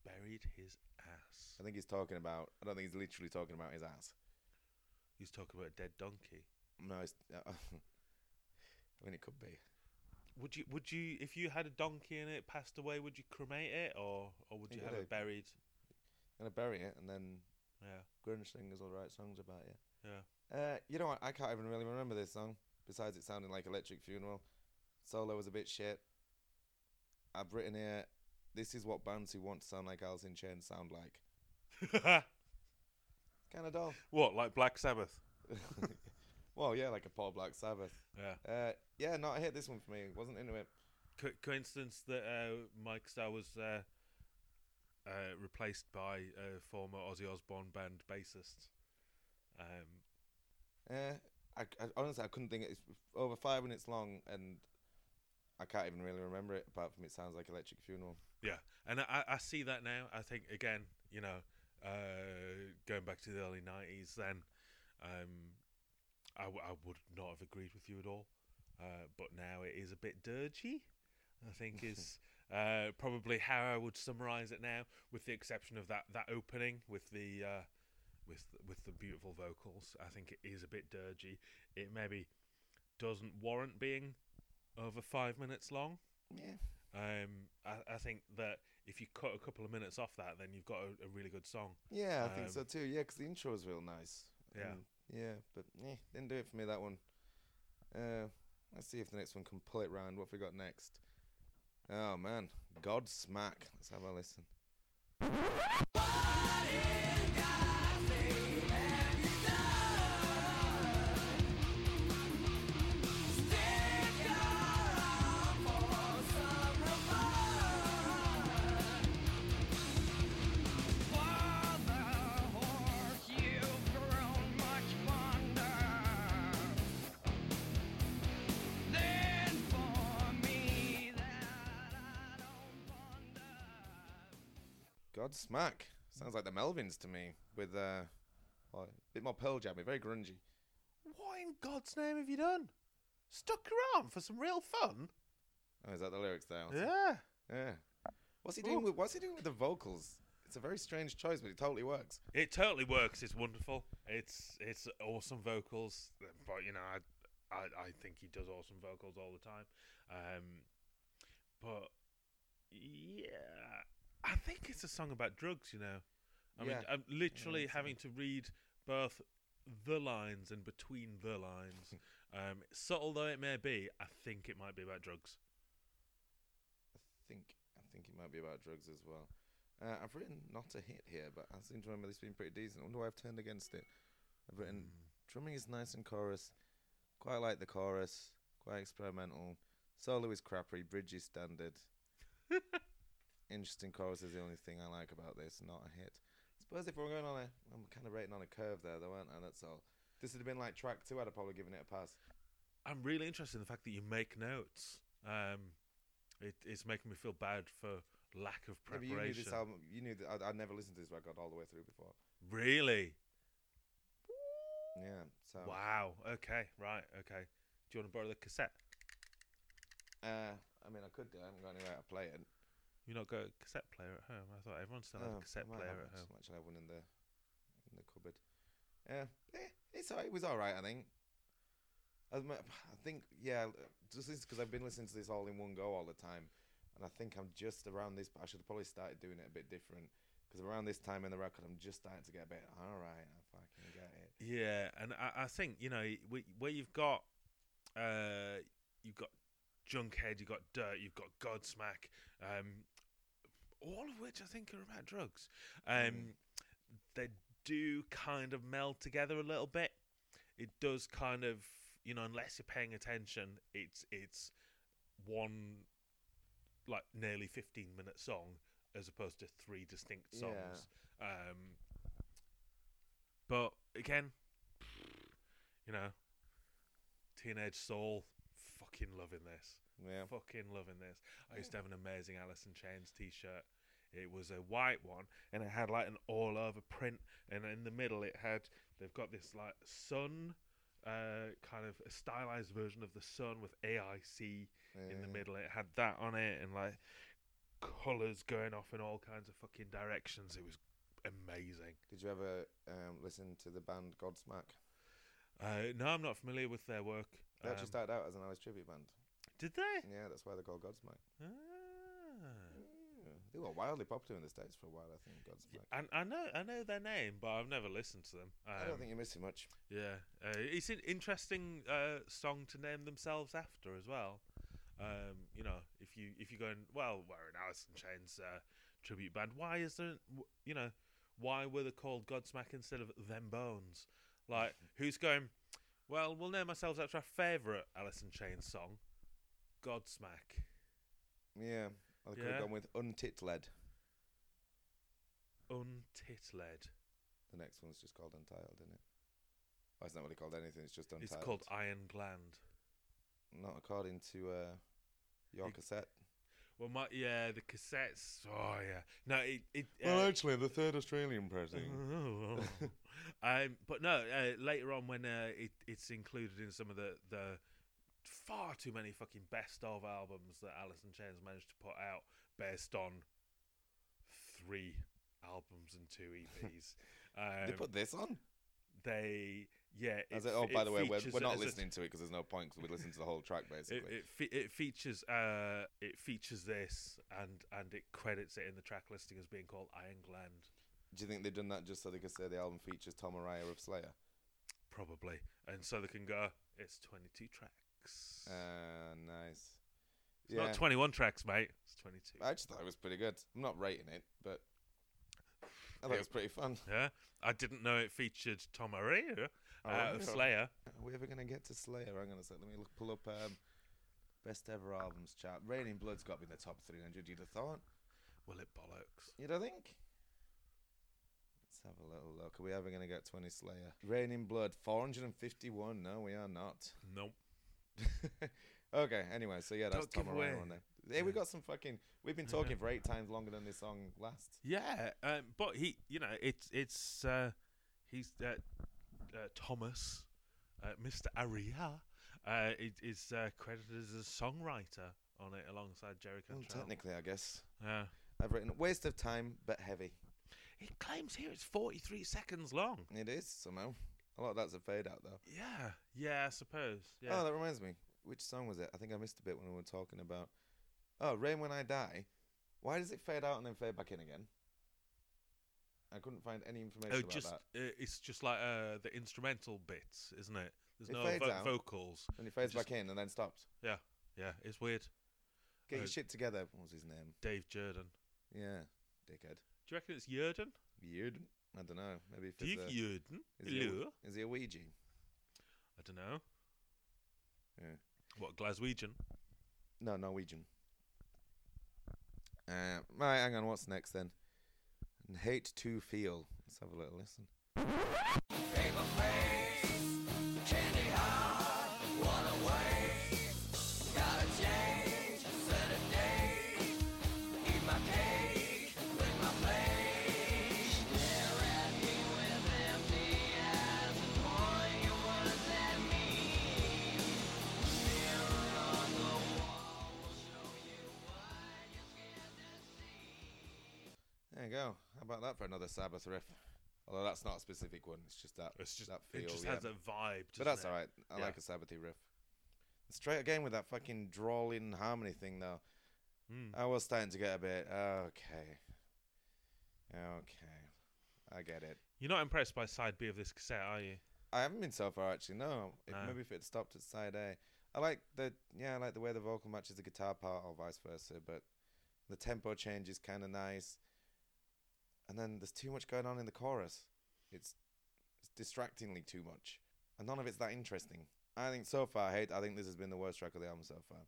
Buried his ass.
I think he's talking about. I don't think he's literally talking about his ass.
He's talking about a dead donkey.
No, it's, I mean it could be.
Would you? Would you? If you had a donkey and it passed away, would you cremate it or or would you
Yeah,
have it
they-
buried?
Gonna bury it and then
Yeah.
grunge singers will write songs about it.
Yeah.
Uh, you know what? I can't even really remember this song. Besides, it sounding like Electric Funeral. Solo was a bit shit. I've written here. This is what bands who want to sound like Alice in Chains sound like. kind of dull.
What, like Black Sabbath?
well, yeah, like a Paul Black Sabbath.
Yeah.
Uh, yeah, no, I hit this one for me. Wasn't into it.
Co- coincidence that uh, Mike Starr was uh, uh, replaced by a former Ozzy Osbourne band bassist. Um,
Uh, I, I honestly I couldn't think. It's over five minutes long, and I can't even really remember it. Apart from it sounds like Electric Funeral.
Yeah, and I, I see that now. I think again, you know, uh, going back to the early '90s, then um, I, w- I would not have agreed with you at all. Uh, but now it is a bit dirgy. I think is uh, probably how I would summarise it now, with the exception of that that opening with the uh, with with the beautiful vocals. I think it is a bit dirgy. It maybe doesn't warrant being over five minutes long.
Yeah.
Um, I, I think that if you cut a couple of minutes off that, then you've got a, a really good song.
Yeah, I think so
Um,
too. Yeah, 'cause the intro was real nice.
Yeah.
And, yeah, but eh, didn't do it for me that one. Uh, let's see if the next one can pull it round. What have we got next? Oh man, Godsmack. Let's have a listen. Godsmack sounds like the Melvins to me, with uh, well, a bit more Pearl Jammy, very grungy.
What in God's name have you done? Stuck around for some real fun?
Oh, is that the lyrics there?
Yeah.
Yeah. What's he doing
Ooh.
with What's he doing with the vocals? It's a very strange choice, but it totally works.
It totally works. It's wonderful. It's it's awesome vocals. But you know, I I, I think he does awesome vocals all the time. Um, but yeah, I think it's a song about drugs. You know, I mean,
Yeah.
I'm literally
Yeah,
having to read both the lines and between the lines. um, subtle though it may be, I think it might be about drugs.
I think I think it might be about drugs as well. Uh, I've written not a hit here, but I seem to remember this being pretty decent. I wonder why I've turned against it. I've written
Hmm.
drumming is nice and chorus, quite like the chorus, quite experimental. Solo is crappy, bridge is standard. Interesting chorus is the only thing I like about this. Not a hit. suppose if we're going on a, I'm kind of rating on a curve there, though, aren't I? That's all. This would have been like track two. I'd have probably given it a pass.
I'm really interested in the fact that you make notes. Um, it, it's making me feel bad for lack of
Yeah, but
preparation.
you knew this album. You knew that I, I never listened to this record all the way through before.
Really?
Yeah. So
Wow. Okay. Right. Okay. Do you want to borrow the cassette?
Uh, I mean, I could do. it. I haven't got anywhere to play it.
You not got a cassette player at home? I thought everyone still had a
Oh,
cassette
I might
player
have
at
it.
home.
Actually, I have one in the in the cupboard. Yeah, eh, it's all, it was all right. I think. I, m- I think yeah, l- just because I've been listening to this all in one go all the time, and I think I'm just around this. But I should have probably started doing it a bit different because around this time in the record, I'm just starting to get a bit. All right, I fucking get it.
Yeah, and I, I think you know wh- where you've got, uh, you've got Junkhead, you've got Dirt, you've got Godsmack, um, all of which I think are about drugs. Um, They do kind of meld together a little bit. It does kind of, you know, unless you're paying attention, it's it's one like nearly 15 minute song as opposed to three distinct
Yeah.
songs. Um, but again, you know, teenage soul, fucking loving this.
Yeah.
Fucking loving this. I used to have an amazing Alice in Chains t-shirt. It was a white one, and it had like an all-over print, and in the middle it had they've got this like sun, uh, kind of a stylized version of the sun with AIC in the
Yeah.
middle. It had that on it, and like colors going off in all kinds of fucking directions. It was amazing.
Did you ever um, listen to the band Godsmack?
Uh, no, I'm not familiar with their work.
They actually
Um,
started out as an Alice tribute band.
Did they?
Yeah, that's why they're called Godsmack.
Ah.
Yeah. They were wildly popular in the States for a while, I think, Godsmack.
I, I know I know their name, but I've never listened to them.
I don't
Um,
think you're missing much.
Yeah, uh, it's an interesting uh, song to name themselves after as well.
Hmm.
Um, you know, if you if you go and well, we're an Alice in Chains uh, tribute band. Why is there? w- You know, why were they called Godsmack instead of Them Bones? Like, who's going? Well, we'll name ourselves after our favourite Alice in Chains song, Godsmack.
Yeah. Or they could
Yeah.
have gone with Untit Led.
Untitled.
The next one's just called Untitled, isn't it? Oh, it's not really called anything, it's just Untitled.
It's called Iron Gland.
Not according to uh, your
It-
cassette.
Well, my yeah, the cassettes. Oh yeah, no, it. it
Well,
uh,
actually, the third Australian pressing.
um, but no, uh, later on when uh, it, it's included in some of the, the far too many fucking best of albums that Alice in Chains managed to put out based on three albums and two EPs. um,
they put this on?
they- yeah.
I
it
said, oh,
fe-
by
it
the way, we're,
features
we're
it
not
as a-
listening to it because there's no point because we listen to the whole track,
It,
basically.
it, fe- it features uh, it features this and and it credits it in the track listing as being called Iron Gland.
Do you think they've done that just so they could say the album features Tom Araya of Slayer?
probably. And so they can go, it's 22 tracks.
Uh, nice.
it's not 21 tracks, mate. It's 22.
I just thought it was pretty good. I'm not rating it, but I thought it was pretty fun.
Yeah. I didn't know it featured Tom Araya
Oh,
out of
yeah.
Slayer.
Are we ever going to get to Slayer? I'm going to say, let me look, pull up um, best ever albums chart. Raining Blood's got to be in the top 300, you'd have thought.
Will it bollocks?
You don't think? Let's have a little look. Are we ever going to get 20 Slayer? Raining Blood, 451. No, we are not.
Nope.
okay, anyway, so yeah, that's
Don't give
Tom
away.
Araya on there. Yeah, we got some fucking. We've been talking for eight times longer than this song lasts.
Yeah. Um, but he, you know, it's, it's, uh, he's, uh, uh, Thomas, uh, Mr. Araya, uh, is, is uh, credited as a songwriter on it alongside Jerry
Well,
Cantrell.
technically, I guess.
Yeah.
I've written waste of time, but heavy.
It claims here it's 43 seconds long.
It is somehow. A lot of that's a fade out though.
Yeah. Yeah, I suppose. Yeah.
Oh, that reminds me. Which song was it? I think I missed a bit when we were talking about. Oh, rain when I die. Why does it fade out and then fade back in again? I couldn't find any information
Oh,
about
just
that.
Uh, it's just like uh, the instrumental bits, isn't it? There's
It
no
fades
vo-
out.
vocals.
And it fades
just-
back in and then stops.
Yeah, yeah, it's weird.
Get your
Uh,
shit together. What was his name?
Dave Jordan.
Yeah, dickhead.
Do you reckon it's Jordan?
Beard. I don't know. Maybe if
Dave
it's a,
Jordan.
is he a-
Hello.
is he a Ouija?
I don't know.
Yeah.
What Glaswegian?
No, Norwegian. Uh, right, hang on. What's next then? Hate to feel. Let's have a little listen. There you go. How about that for another Sabbath riff? Although that's not a specific one. It's just that.
It's just
that feel.
it just
yeah.
has a vibe.
but
doesn't
that's
it?
all right. I
Yeah.
like a Sabbathy riff. Straight again with that fucking drawling harmony thing though.
Mm.
I was starting to get a bit okay. Okay, I get it.
You're not impressed by side B of this cassette, are you?
I haven't been so far actually. No, if,
No.
maybe if it stopped at side A. I like the yeah, I like the way the vocal matches the guitar part, or vice versa. But the tempo change is kind of nice. And then there's too much going on in the chorus. It's, it's distractingly too much, and none of it's that interesting. I think so far, I hate. I think this has been the worst track of the album so far.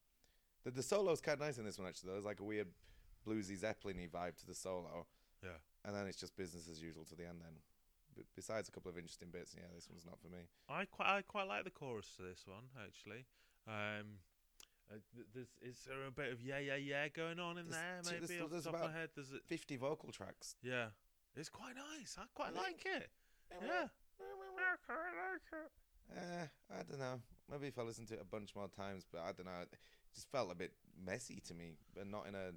The the solo's kind of nice in this one actually. Though. There's like a weird bluesy Zeppelin-y vibe to the solo,
Yeah.
and then it's just business as usual to the end. Then, but besides a couple of interesting bits, yeah, this one's not for me.
I quite I quite like the chorus to this one actually. Um, uh, th- there's is there a bit of yeah yeah yeah going on in
There's
there? Maybe
two- there's-
off the
there's
top of
about
my head, there's a,
50 vocal tracks.
yeah. It's quite nice. I quite
Really?
like it. Yeah.
Uh, I don't know. Maybe if I listened to it a bunch more times, but I don't know. It just felt a bit messy to me, but not in a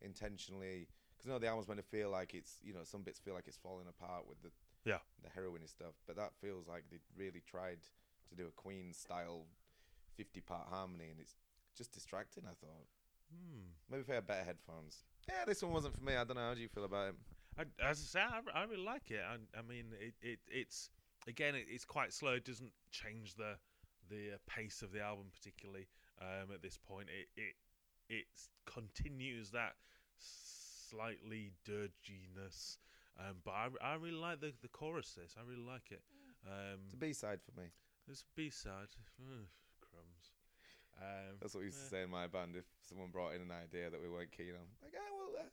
intentionally. Because you know the album's meant to feel like it's you know some bits feel like it's falling apart with the
Yeah.
the heroin and stuff, but that feels like they really tried to do a Queen style 50 part harmony, and it's just distracting, I thought.
Hmm.
Maybe if I had better headphones. Yeah, this one wasn't for me. I don't know. How do you feel about it?
I, as I say, I, I really like it. I, I mean, it, it it's again, it, it's quite slow. It doesn't change the the uh, pace of the album particularly um, at this point. It it it continues that slightly dirginess, um, but I, I really like the the chorus. This I really like it. Um,
It's a B side for me.
it's B side. crumbs. Um,
That's what we used to
yeah.
say in my band. If someone brought in an idea that we weren't keen on, like, ah, well, uh,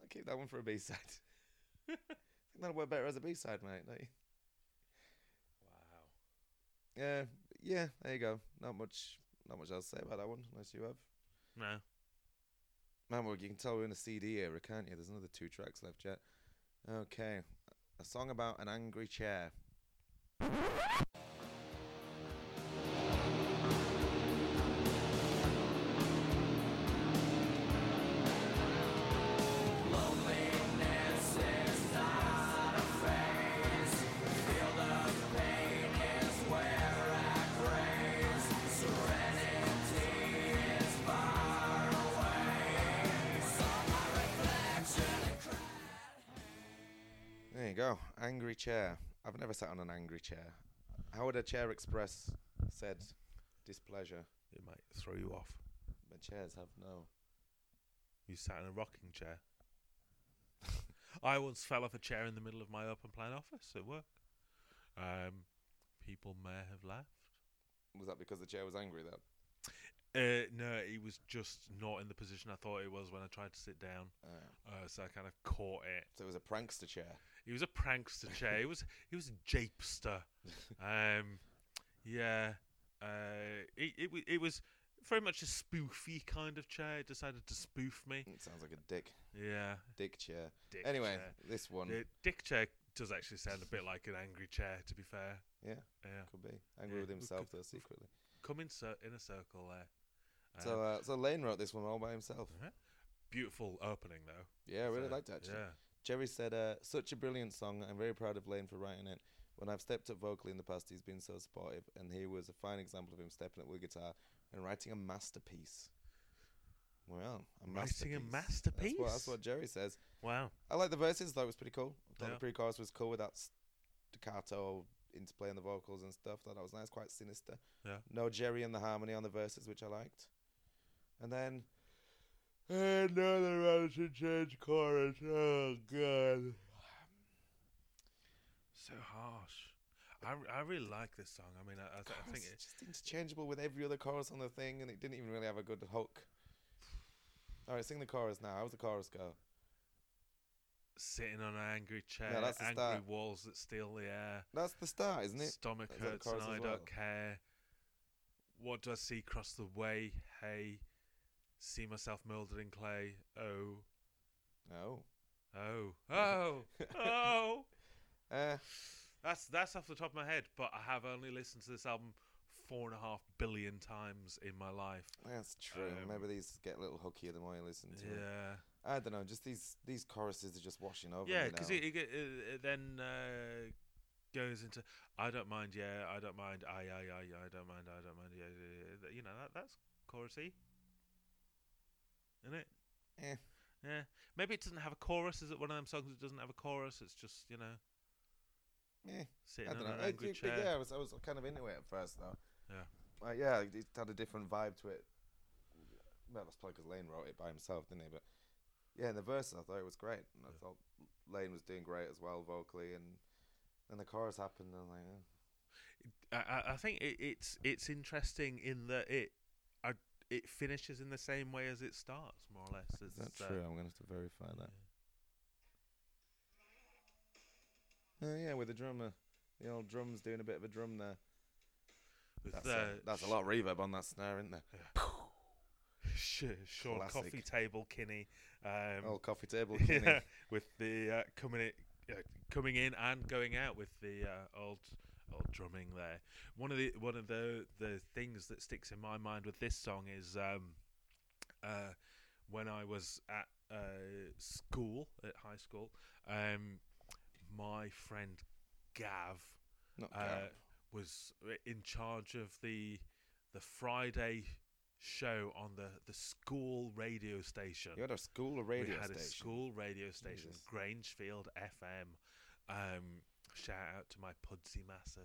I'll keep that one for a B side. I think that'll work better as a B side, mate. Don't you?
Wow.
Yeah, yeah. There you go. Not much, not much else to say about that one, unless you have.
No.
Man, well, you can tell we're in a CD era, can't you? There's another two tracks left yet. Okay, a song about an angry chair. There you go. Angry chair. I've never sat on an angry chair. How would a chair express said displeasure?
It might throw you off.
My chairs have no.
You sat in a rocking chair. I once fell off a chair in the middle of my open plan office at work. Um, people may have laughed.
Was that because the chair was angry then?
Uh, no, it was just not in the position I thought it was when I tried to sit down. Uh, so I kind of caught it.
So it was a prankster chair.
He was a prankster chair. He was he was a japester. Um, yeah. Uh, it it wa- it was very much a spoofy kind of chair. It decided to spoof me.
It sounds like a dick.
Yeah.
Dick chair.
Dick
anyway,
chair.
this one.
The dick chair does actually sound a bit like an angry chair. To be fair.
Yeah,
Yeah.
could be. Angry
Yeah,
with
we
himself,
could-
though, secretly.
Come in, cir- in a circle there. Um, uh-huh.
So, uh, so Lane wrote this one all by himself.
beautiful opening though.
Yeah, I really
So,
liked it, actually.
Yeah.
Jerry said, uh, such a brilliant song. I'm very proud of Lane for writing it. When I've stepped up vocally in the past, he's been so supportive, and he was a fine example of him stepping up with guitar and writing a masterpiece. Well, a
Writing a
That's what,
masterpiece?
that's what Jerry says.
Wow.
I like the verses, though. It was pretty cool. I thought
Yeah.
the pre chorus was cool with that staccato interplay in the vocals and stuff. thought that was nice, quite sinister.
Yeah.
No Jerry and the harmony on the verses, which I liked. And then. Another attitude change chorus. Oh, God.
So harsh. I, r- I really like this song. I mean, I, I, th- I think
It's
it,
just interchangeable with every other chorus on the thing, and it didn't even really have a good hook. All right, sing the chorus now. How's the chorus go?
sitting on an angry chair,
that's the
angry
start.
walls that steal the air,
That's the start, isn't it?
stomach
That's on the
hurts and
chorus
I
as well.
don't care. What do I see across the way? Hey, see myself molded in clay. Oh,
No.
oh, oh, oh.
Uh,
That's that's off the top of my head, but I have only listened to this album four and a half billion times in my life.
that's true.
Um,
Maybe these get a little hookier the more you listen to 'em.
Yeah.
I don't know. Just these these choruses are just washing over.
Yeah,
me
because
now.
it, it, get- it, it then uh, goes into I don't mind, yeah, I don't mind, I, I, I, I don't mind, I don't mind, yeah, yeah, yeah. Th- you know that that's chorusy, isn't it?
Eh.
Yeah, maybe it doesn't have a chorus. Is it one of them songs that doesn't have a chorus? It's just you know
Eh,
sitting
I don't
on
know.
an
I
angry
think- but
chair.
yeah, I was, I was kind of into it at first though.
Yeah.
Uh, yeah, it it had a different vibe to it. Well, that's probably because Lane wrote it by himself, didn't he? But yeah, in the verses, I thought it was great. And I thought Lane was doing great as well vocally, and then the chorus happened, and I'm like, oh.
I, I- I think it, it's it's interesting in that it I, it finishes in the same way as it starts, more or less.
is that
It's, uh,
true? I'm gonna have to verify that. Oh yeah, with the drummer, the old drums doing a bit of a drum there.
with
That's,
the
a, that's a lot of reverb on that snare, isn't there?
Sh- Sean
Classic.
Coffee Table Kinney. Um,
Old coffee table.
yeah,
Kenny.
with the uh, coming in, uh, coming in and going out with the uh, old old drumming there. One of the one of the the things that sticks in my mind with this song is um, uh, when I was at uh, school at high school. Um, my friend Gav
Not
uh,
Gav.
was uh, in charge of the the Friday show on the the school radio station.
You had a school radio
We had a
station?
school radio station,
Jesus.
Grangefield FM. Um, shout out to my Pudsey Massive.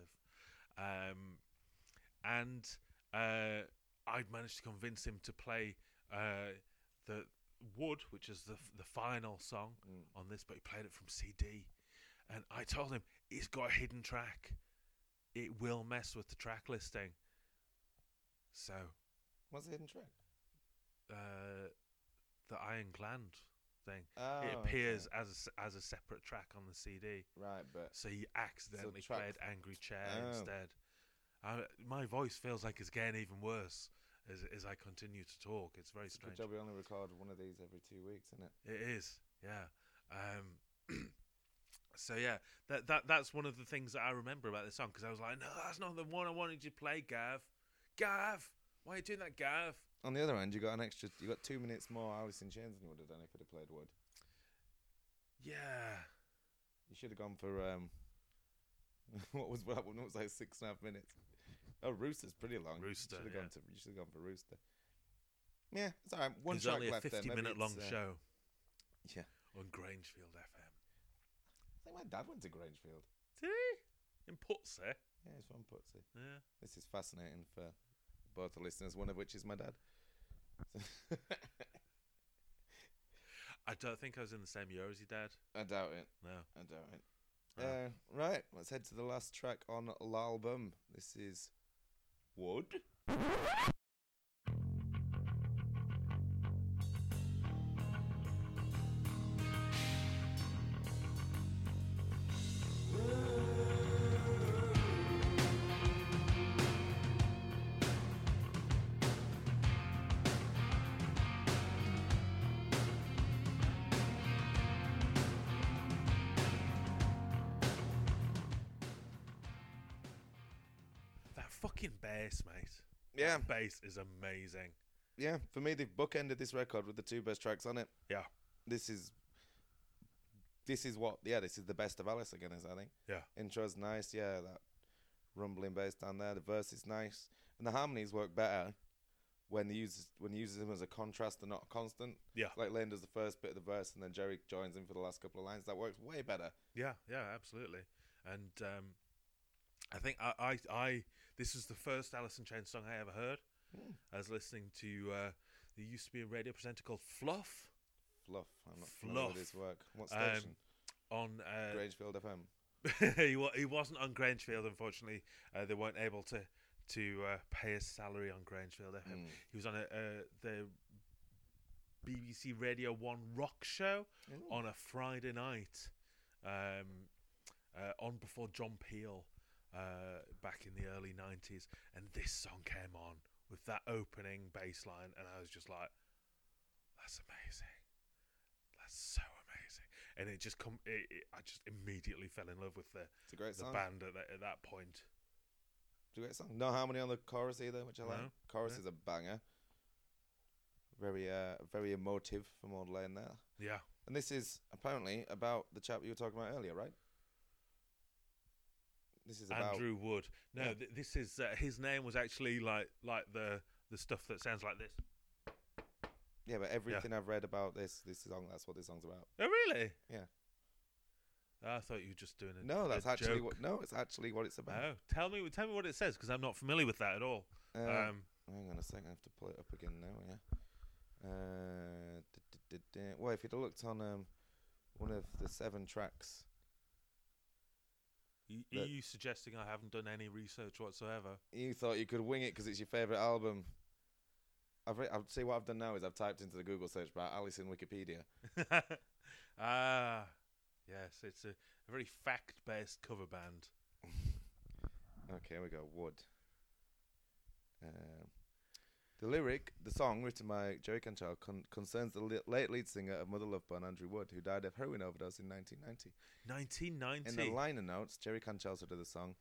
Um, and uh, I'd managed to convince him to play uh, the Wood, which is the the final song
Mm.
on this, but he played it from CD. And I told him it's got a hidden track. It will mess with the track listing. So
What's the hidden track?
uh, the Iron Gland thing. it
Oh,
appears as a, s- as a separate track on the CD.
Right, but
so you accidentally
track
played
f-
Angry Chair
Oh.
instead. I, my voice feels like it's getting even worse as as I continue to talk. It's very
Good
strange.
job we only record one of these every two weeks, isn't it?
It is, yeah. Um, so yeah, that that that's one of the things that I remember about this song because I was like, no, that's not the one I wanted you to play, Gav. Gav, why are you doing that, Gav?
On the other hand, you got an extra. You got two minutes more Alice in Chains than you would have done if it had played Wood.
Yeah,
You should have gone for um. what was that one? It was like six and a half minutes. Oh, Rooster's pretty long.
Rooster,
Should have
yeah.
gone to. You should have gone for Rooster. Yeah, it's alright. One
it's
track
only a
left. then, maybe
fifty-minute long
it's, uh,
show
Yeah,
on Grangefield FM.
I think my dad went to Grangefield.
Did he? In Portsea?
Yeah, he's from Putsey.
Yeah.
This is fascinating for both the listeners. One of which is my dad.
I don't think I was in the same year as your dad.
I doubt it.
No.
I doubt it.
Oh.
Uh, right, let's head to the last track on l'album. This is Wood.
That fucking bass, mate.
Yeah.
That bass is amazing.
Yeah, for me they've bookended this record with the two best tracks on it.
Yeah.
This is this is what yeah, this is the best of Alice again is I think.
Yeah.
Intro's nice, yeah, that rumbling bass down there, the verse is nice. And the harmonies work better when they use when he uses them as a contrast and not a constant.
Yeah.
Like Lane does the first bit of the verse and then Jerry joins in for the last couple of lines. That works way better.
Yeah, yeah, absolutely. And um, I think I, I, I, this was the first Alice in Chains song I ever heard. I was listening to, uh, there used to be a radio presenter called Fluff.
Fluff. I'm not familiar
Fluff.
with his work. What
Um,
station?
on uh,
Grangefield FM.
he, wa- he wasn't on Grangefield, unfortunately. Uh, they weren't able to to uh, pay his salary on Grangefield. FM. He was on a, uh, the BBC Radio One rock show on a Friday night, um, uh, on before John Peel, uh, back in the early '90s, and this song came on with that opening bass line, and I was just like, "That's amazing." That's so amazing. And it just come. It, it, I just immediately fell in love with the
a great
the
song.
band at that, at that point.
It's a great song. No harmony on the chorus either, which I like.
No,
Chorus
no.
is a banger. Very, uh, very emotive from Old Lane there.
Yeah.
And this is apparently about the chap you were talking about earlier, right? This is about
Andrew Wood. No,
Yeah.
th- this is uh, his name was actually like like the the stuff that sounds like this.
yeah, but everything I've read about this this song, that's what this song's about.
Oh really? Ah,
Yeah.
I thought you were just doing it.
No, that's
a
actually
joke.
what. No, it's actually what it's about.
Oh, tell me tell me what it says because I'm not familiar with that at all.
Uh,
um,
Hang on a second, I have to pull it up again now. Yeah. Uh, d- d- d- d- well, if you'd have looked on um, one of the seven tracks,
y-
that-
are you suggesting I haven't done any research whatsoever?
you thought you could wing it because it's your favorite album. I've re- I've see what I've done now is I've typed into the Google search bar Alice in Wikipedia.
ah, yes, it's a, a very fact-based cover band.
Okay, here we go. Wood. Um, the lyric, the song written by Jerry Cantrell con- concerns the li- late lead singer of Mother Love Band, Andrew Wood, who died of heroin overdose in 1990. In
1990.
the liner notes, Jerry Cantrell said of the song,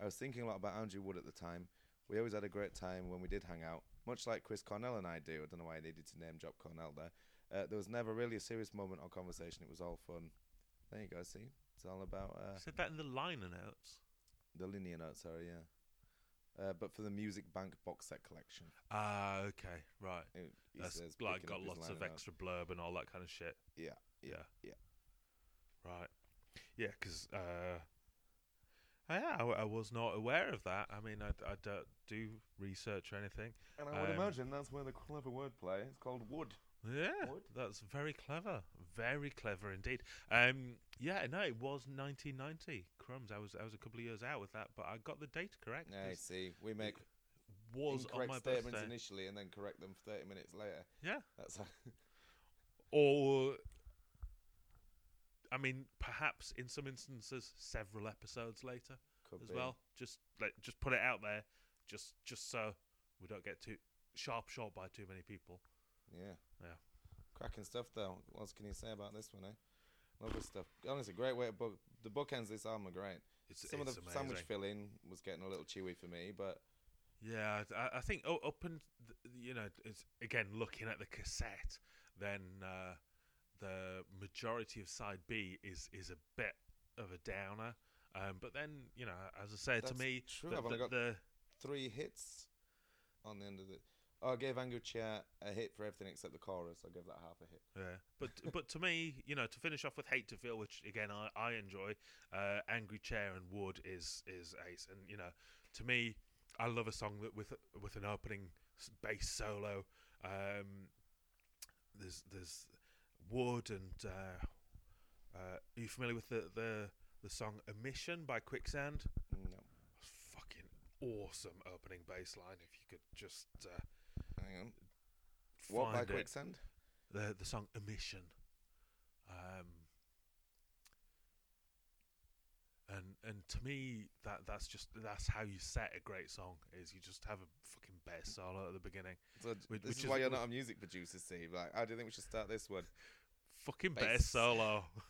I was thinking a lot about Andrew Wood at the time. We always had a great time when we did hang out, much like Chris Cornell and I do. I don't know why I needed to name drop Cornell there. Uh, there was never really a serious moment or conversation. It was all fun. There you go, see? It's all about uh,
Said that in the liner notes.
the linear notes, sorry, yeah. uh, but for the Music Bank box set collection.
Ah, okay, right.
It- he
That's
says
like
picking
got
up his
lots of
lineup.
extra blurb and all that kind of shit.
Yeah, yeah, yeah.
Right. Yeah, because uh, oh, yeah, I, I was not aware of that. I mean, I, d- I don't do research or anything.
And I would
Um,
imagine that's where the clever wordplay is called wood.
Yeah, that's very clever. Very clever indeed. Um, yeah, no, it was 1990. Crumbs, I was I was a couple of years out with that, but I got the date correct.
I
'cause
see. We make
was on
incorrect
my
statements
birthday.
initially and then correct them 30 minutes later.
Yeah.
That's how
or I mean, perhaps in some instances, several episodes later
Could
as
be.
well. Just like just put it out there, just just so we don't get too sharp shot by too many people.
Yeah.
Yeah.
Cracking stuff, though. What else can you say about this one, eh? Lovely stuff. Honestly, great way to book. The bookends of this album are great.
It's-
Some of
it's
the sandwich
amazing.
filling was getting a little chewy for me, but
Yeah, I- I, I think oh, up and th- you know, it's, again looking at the cassette, then uh, the majority of side B is is a bit of a downer. Um, but then you know, as I say, to
That's
me,
true.
the,
I've only
the-
got
the-
three hits on the end of it. Oh, I gave Angu Chair a hit for everything except the chorus. I gave that half a hit.
Yeah, but but to me, you know, to finish off with Hate to Feel, which again I, I enjoy, uh, Angry Chair and Wood is is ace, and you know, to me, I love a song that with with an opening s- bass solo. Um, there's there's Wood and uh, uh, are you familiar with the the the song Emission by Quicksand?
No.
Fucking awesome opening bass line. If you could just uh,
hang on, What by
find it.
Quicksand?
The the song Emission. Um, and and to me that that's just that's how you set a great song is you just have a fucking bass solo at the beginning.
So d-
which-
this
which
is why you're
whi-
not a music producer, Steve. Like, how do you think we should start this one?
Fucking bass solo.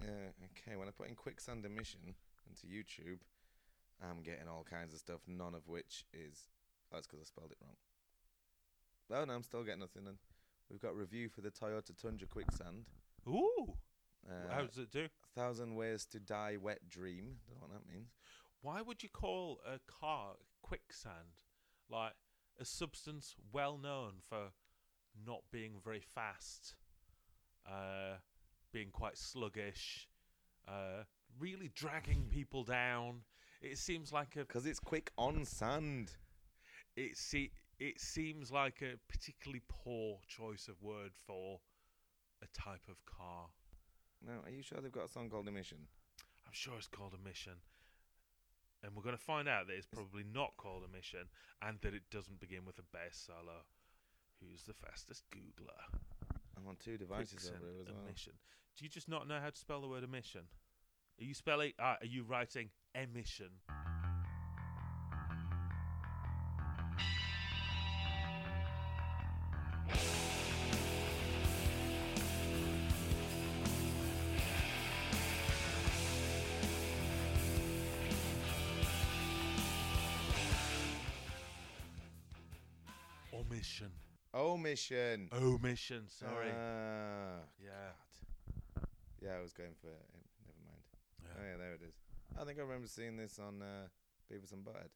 Yeah, okay. When I put in quicksand emission into YouTube, I'm getting all kinds of stuff, none of which is. Oh, that's because I spelled it wrong. Oh, no, I'm still getting nothing. Then we've got review for the Toyota Tundra Quicksand.
Ooh.
Uh,
How does it do?
Thousand Ways to Die Wet Dream. Don't know what that means.
Why would you call a car quicksand? Like a substance well known for not being very fast, uh, being quite sluggish, uh, really dragging people down. It seems like a
because it's quick on sand.
It see it seems like a particularly poor choice of word for a type of car.
No, are you sure they've got a song called Emission?
I'm sure it's called a mission. And we're going to find out that it's probably not called a mission and that it doesn't begin with a bass solo. Who's the fastest Googler?
I'm on two devices over
Quicksand
here as well.
emission. Do you just not know how to spell the word emission? Are you spelling? Uh, are you writing emission? Omission.
Omission.
Omission. Oh, Sorry.
Oh, Ah,
yeah.
Yeah, I was going for. um, Never mind. Oh yeah, there it is. I think I remember seeing this on uh, Beavis and Butthead.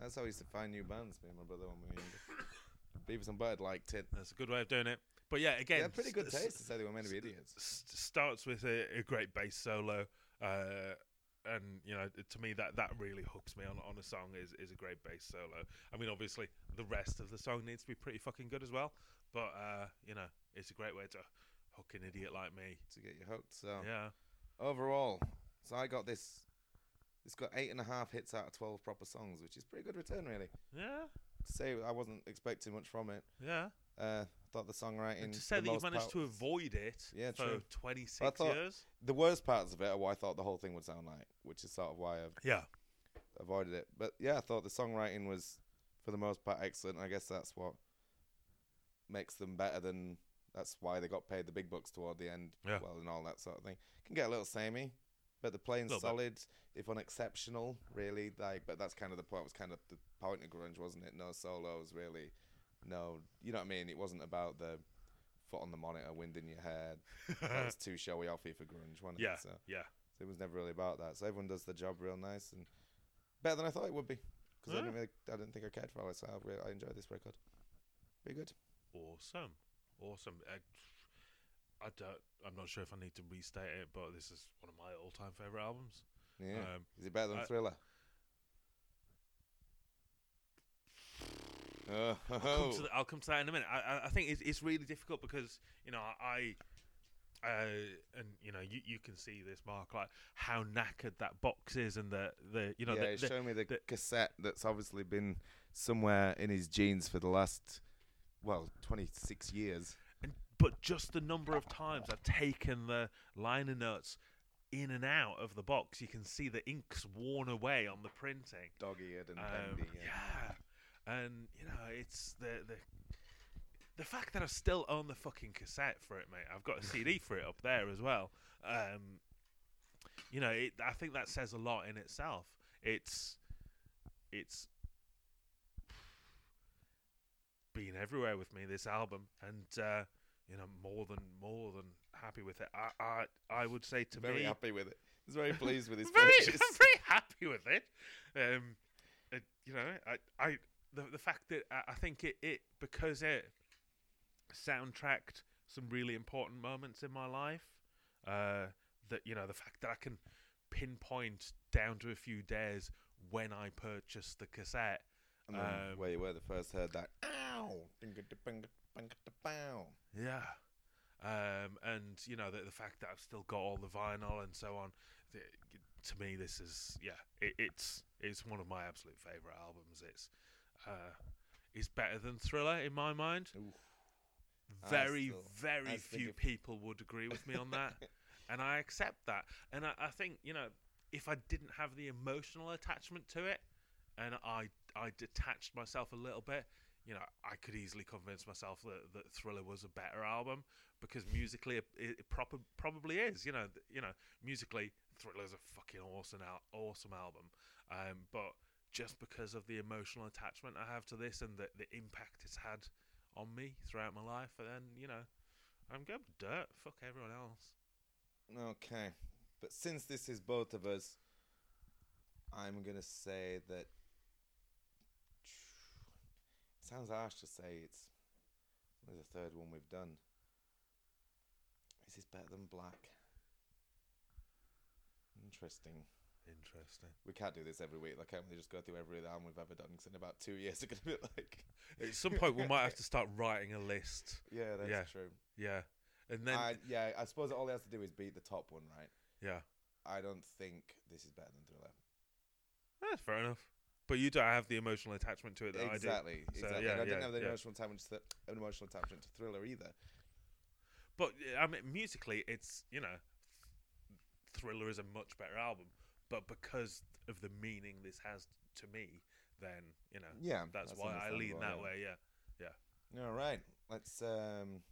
That's how I used to find new bands. Me and my brother when we were younger. Beavis and Butthead liked it.
That's a good way of doing it. But yeah, again,
they had pretty good
s-
taste to say they were meant to be
s-
idiots.
s- starts with a, a great bass solo, uh, and you know, to me that that really hooks me on on a song is is a great bass solo. I mean, obviously the rest of the song needs to be pretty fucking good as well, but uh, you know, it's a great way to hook an idiot like me.
to get you hooked. So
Yeah.
overall, so I got this. It's got eight and a half hits out of twelve proper songs, which is pretty good return, really.
Yeah.
To say I wasn't expecting much from it.
Yeah.
Uh, I thought the songwriting.
And to say
the
that you
most
managed
part-
to avoid it
yeah,
for
true.
26
I thought
years.
The worst parts of it are what I thought the whole thing would sound like, which is sort of why I've
Yeah.
avoided it. But yeah, I thought the songwriting was, for the most part, excellent. I guess that's what makes them better than. That's why they got paid the big bucks toward the end.
Yeah.
Well, and all that sort of thing. Can get a little samey, but the playing
Little bit.
solid, if unexceptional, really. Like, but that's kind of the point. Was kind of the point of grunge, wasn't it? No solos, really. No, you know what I mean. It wasn't about the foot on the monitor, wind in your hair. that was too showy outfit for grunge, wasn't
Uh, Yeah,
it?
yeah.
So it was never really about that. So everyone does their job real nice and better than I thought it would be because I
Yeah.
didn't really, I didn't think I cared for it. So I, re- I enjoyed this record. Very good.
Awesome, awesome. I, I don't. I'm not sure if I need to restate it, but this is one of my all-time favorite albums.
Yeah. Is it better than
Um, I-
Thriller? Oh, ho,
I'll come,
ho.
to that- I'll come to that in a minute. I, I, I think it's, it's really difficult because you know I, uh, and you know you, you can see this Mark like how knackered that box is and the the you know
yeah,
the,
he's
the-
showing me the, cassette that's obviously been somewhere in his jeans for the last, well, 26 years.
but just the number of times I've taken the liner notes in and out of the box, you can see the ink's worn away on the printing.
Dog-eared and bendy, yeah.
Um, yeah. And you know, it's the the the fact that I still own the fucking cassette for it, mate. I've got a CD for it up there as well. Um, you know, it, I think that says a lot in itself. It's it's been everywhere with me this album, and uh, you know, more than more than happy with it. I I, I would say to
Very
me,
happy with it. He's very pleased with his
very,
purchase.
I'm very happy with it. Um, it- you know, I I the the fact that uh, I, I think it it because it soundtracked some really important moments in my life. Uh, that you know the fact that I can pinpoint down to a few days when I purchased the cassette.
And then
um,
where you were the first heard that, ow, ding-a-da-bing-a-da-bing-a-da-bow.
Yeah. Um, and you know the, the fact that I've still got all the vinyl and so on. th- to me, this is yeah, it, it's it's one of my absolute favorite albums. It's uh, it's better than Thriller in my mind.
I
Very
still- I
very
think
few
if-
people would agree with me on that, and I accept that. And I, I think you know if I didn't have the emotional attachment to it, and I I detached myself a little bit. You know, I could easily convince myself that, that Thriller was a better album because musically it, it proper, probably is. You know, th- you know, musically Thriller's a fucking awesome al- awesome album. Um, but just because of the emotional attachment I have to this and the, the impact it's had on me throughout my life, and then you know, I'm going with Dirt. Fuck everyone else.
Okay. But since this is both of us, I'm going to say that. It sounds harsh to say it's it's only the third one we've done. Is this better than Black? Interesting.
Interesting.
We can't do this every week. Like, can't we just go through every album we've ever done? 'Cause in about two years, it's going to be like.
At some point, we might have to start writing a list.
Yeah, that's true.
Yeah, and then
I- yeah, I suppose all he has to do is beat the top one, right?
Yeah.
I don't think this is better than Thriller.
That's fair enough. But you don't have the emotional attachment to it that I
exactly.
do. So,
exactly.
yeah,
and I didn't
yeah,
have the
yeah.
emotional attachment to the, emotional attachment to Thriller either.
But uh, I mean, musically, it's you know, Thriller is a much better album. But because of the meaning this has to me, then you know,
Yeah,
that's,
that's
why I lean
understandable,
that
yeah.
way. Yeah, yeah.
All right, let's. um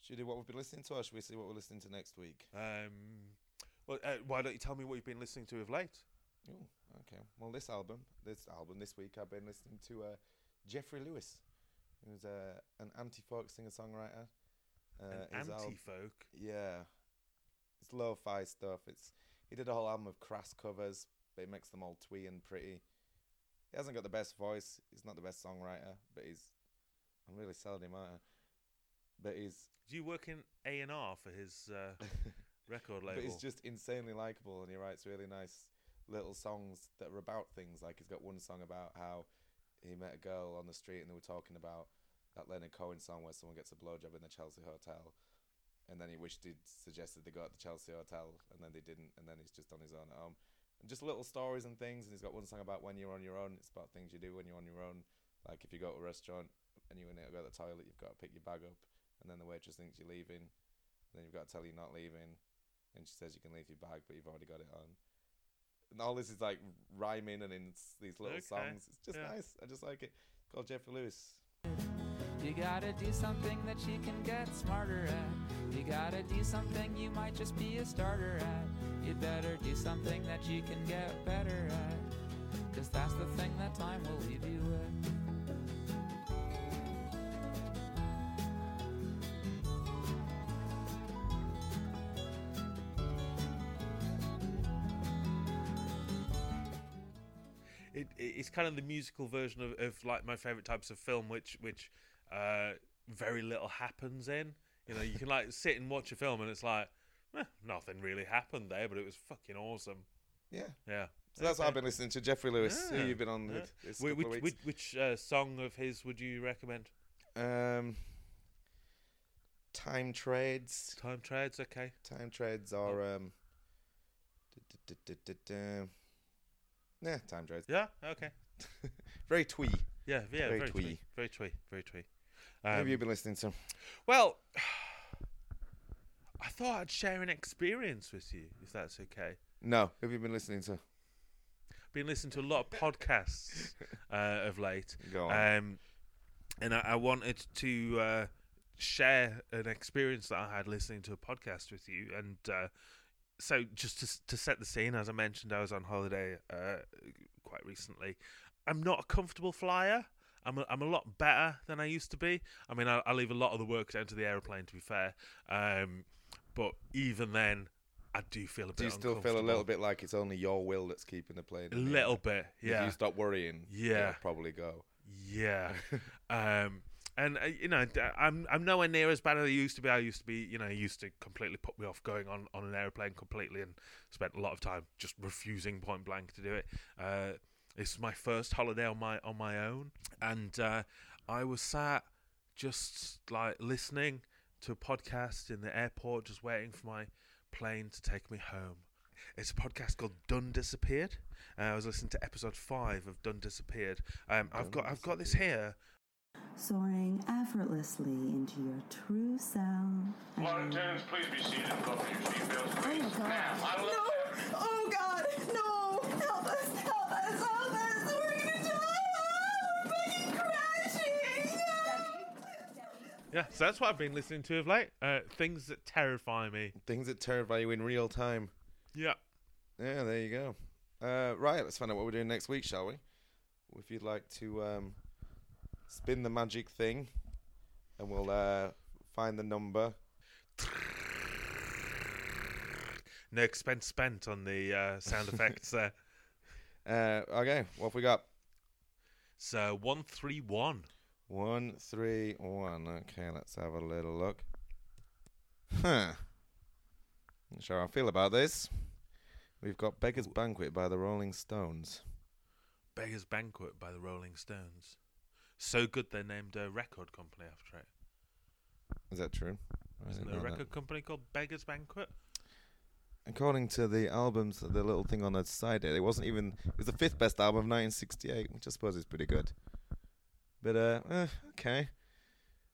Should we do what we've been listening to, or should we see what we're listening to next week?
Um, well, uh, why don't you tell me what you've been listening to of late?
Oh, okay. Well, this album, this album this week, I've been listening to uh, Jeffrey Lewis, who's uh, an anti-folk singer-songwriter.
An
his Uh, al-
anti-folk?
yeah, it's lo-fi stuff. It's he did a whole album of crass covers, but he makes them all twee and pretty. He hasn't got the best voice. He's not the best songwriter, but he's. I'm really selling him out. here. But he's
Do you work in A and R for his uh, record label?
But he's just insanely likable, and he writes really nice little songs that are about things. Like he's got one song about how he met a girl on the street, and they were talking about that Leonard Cohen song where someone gets a blowjob in the Chelsea Hotel, and then he wished he'd suggested they go at the Chelsea Hotel, and then they didn't, and then he's just on his own at home. And just little stories and things. And he's got one song about when you're on your own. It's about things you do when you're on your own. Like if you go to a restaurant and you go to the toilet, you've got to pick your bag up, and then the waitress thinks you're leaving, and then you've got to tell her you're not leaving, and she says you can leave your bag, but you've already got it on. And all this is like rhyming and in s- these little
Okay,
songs. It's just
yeah.
nice. I just like it. It's called Jeffrey Lewis.
You gotta do something that you can get smarter at. You gotta do something you might just be a starter at. You better do something that you can get better at. Cause that's the thing that time will leave you with.
it, it it's kind of the musical version of, of like my favorite types of film, which which uh, very little happens in. You know, you can like sit and watch a film, and it's like eh, nothing really happened there, but it was fucking awesome.
Yeah.
yeah.
So that's what I've been listening to. Jeffrey Lewis, who
Yeah.
you've been on
Yeah.
with this
Wh-
couple
Which,
of
which,
weeks.
which uh, song of his would you recommend?
Um, time trades.
Time trades, okay.
Time trades are um. du- du- du- du- du- du- Yeah, time trades.
Yeah, okay.
very twee.
Yeah, yeah, very,
very
twee.
twee.
very twee, very twee.
Who have
Um,
you been listening to?
Well, I thought I'd share an experience with you, if that's okay.
No, who have you been listening to?
Been listening to a lot of podcasts uh, of late.
Go
on. Um, and I, I wanted to uh, share an experience that I had listening to a podcast with you. And uh, so, just to, s- to set the scene, as I mentioned, I was on holiday uh, quite recently. I'm not a comfortable flyer. I'm a, I'm a lot better than I used to be. I mean, I, I leave a lot of the work down to the aeroplane, to be fair. Um, but even then, I do feel a bit
Do you still feel a
uncomfortable.
little bit like it's only your will that's keeping the plane?
A
in the
little
air?
bit,
If
yeah.
you stop worrying,
Yeah.
it'll probably go.
Yeah. um, and uh, you know, d- I'm I'm nowhere near as bad as I used to be. I used to be, you know, it used to completely put me off going on on an airplane completely, and spent a lot of time just refusing point blank to do it. Uh, this is my first holiday on my on my own, and uh, I was sat just like listening to a podcast in the airport, just waiting for my plane to take me home. It's a podcast called Done Disappeared. Uh, I was listening to episode five of Done Disappeared. Um, I've got I've got this here.
soaring effortlessly into your true self.
Flight attendants, please be seated. Buckle your seatbelts, please.
Oh, God.
Now, I will-
Oh God, no! Help us! Help us! Help us! We're gonna die! We're fucking crashing!
Yeah, so that's what I've been listening to of late. Uh, things that terrify me.
Things that terrify you in real time.
Yeah.
Yeah, there you go. Uh, right, let's find out what we're doing next week, shall we? If you'd like to um, spin the magic thing, and we'll uh, find the number.
No expense spent on the uh, sound effects there.
Uh, okay, what have we got?
So one three one.
One, three, one. Okay, let's have a little look. Huh. Not sure how I feel about this. We've got Beggar's Banquet by the Rolling Stones.
Beggar's Banquet by the Rolling Stones. So good they named a record company after it.
Is that true? I
Isn't
didn't
there a
know that.
record company called Beggar's Banquet?
According to the albums, the little thing on the side there, it wasn't even. It was the fifth best album of 1968, which I suppose is pretty good. But uh, eh, okay.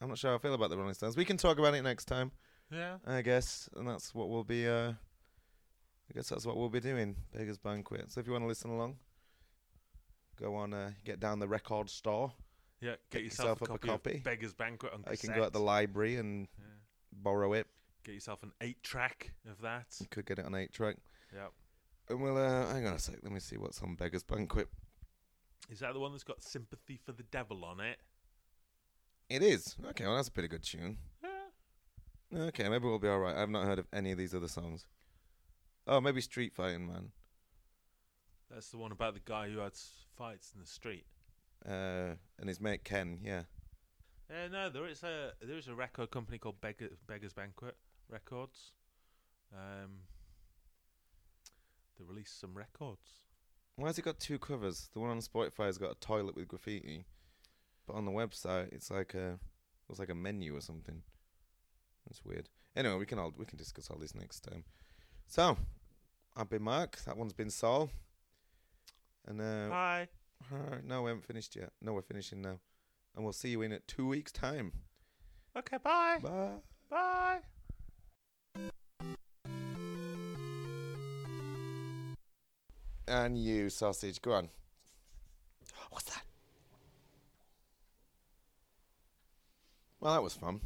I'm not sure how I feel about the Rolling Stones. We can talk about it next time.
Yeah.
I guess, and that's what we'll be. Uh, I guess that's what we'll be doing. Beggars Banquet. So if you want to listen along, go on. Uh, get down the record store.
Yeah, get, yourself, a, copy of Beggar's Banquet on
I
cassette.
can go at the library and borrow it.
Get yourself an eight track of that.
You could get it on eight track.
Yep.
And we'll uh, hang on a sec. Let me see what's on Beggars Banquet.
Is that the one that's got Sympathy for the Devil on it?
It is okay. Well, that's a pretty good tune. Okay, maybe we'll be all right. I've not heard of any of these other songs. Oh, maybe Street Fighting Man.
That's the one about the guy who had s- fights in the street.
Uh, and his mate Ken. Yeah.
Uh, no, there is a there is a record company called Beggar, Beggars Banquet Records. Um, they release some records.
Why has it got two covers? The one on Spotify's got a toilet with graffiti, but on the website it's like a it's like a menu or something. That's weird. Anyway, we can all we can discuss all this next time. So, I've been Mark. That one's been Sol. And uh,
Hi.
hi. No, we haven't finished yet. No, we're finishing now, and we'll see you in at two weeks' time.
Okay, bye.
Bye.
Bye.
And you, sausage. Go on. What's that? Well, that was fun.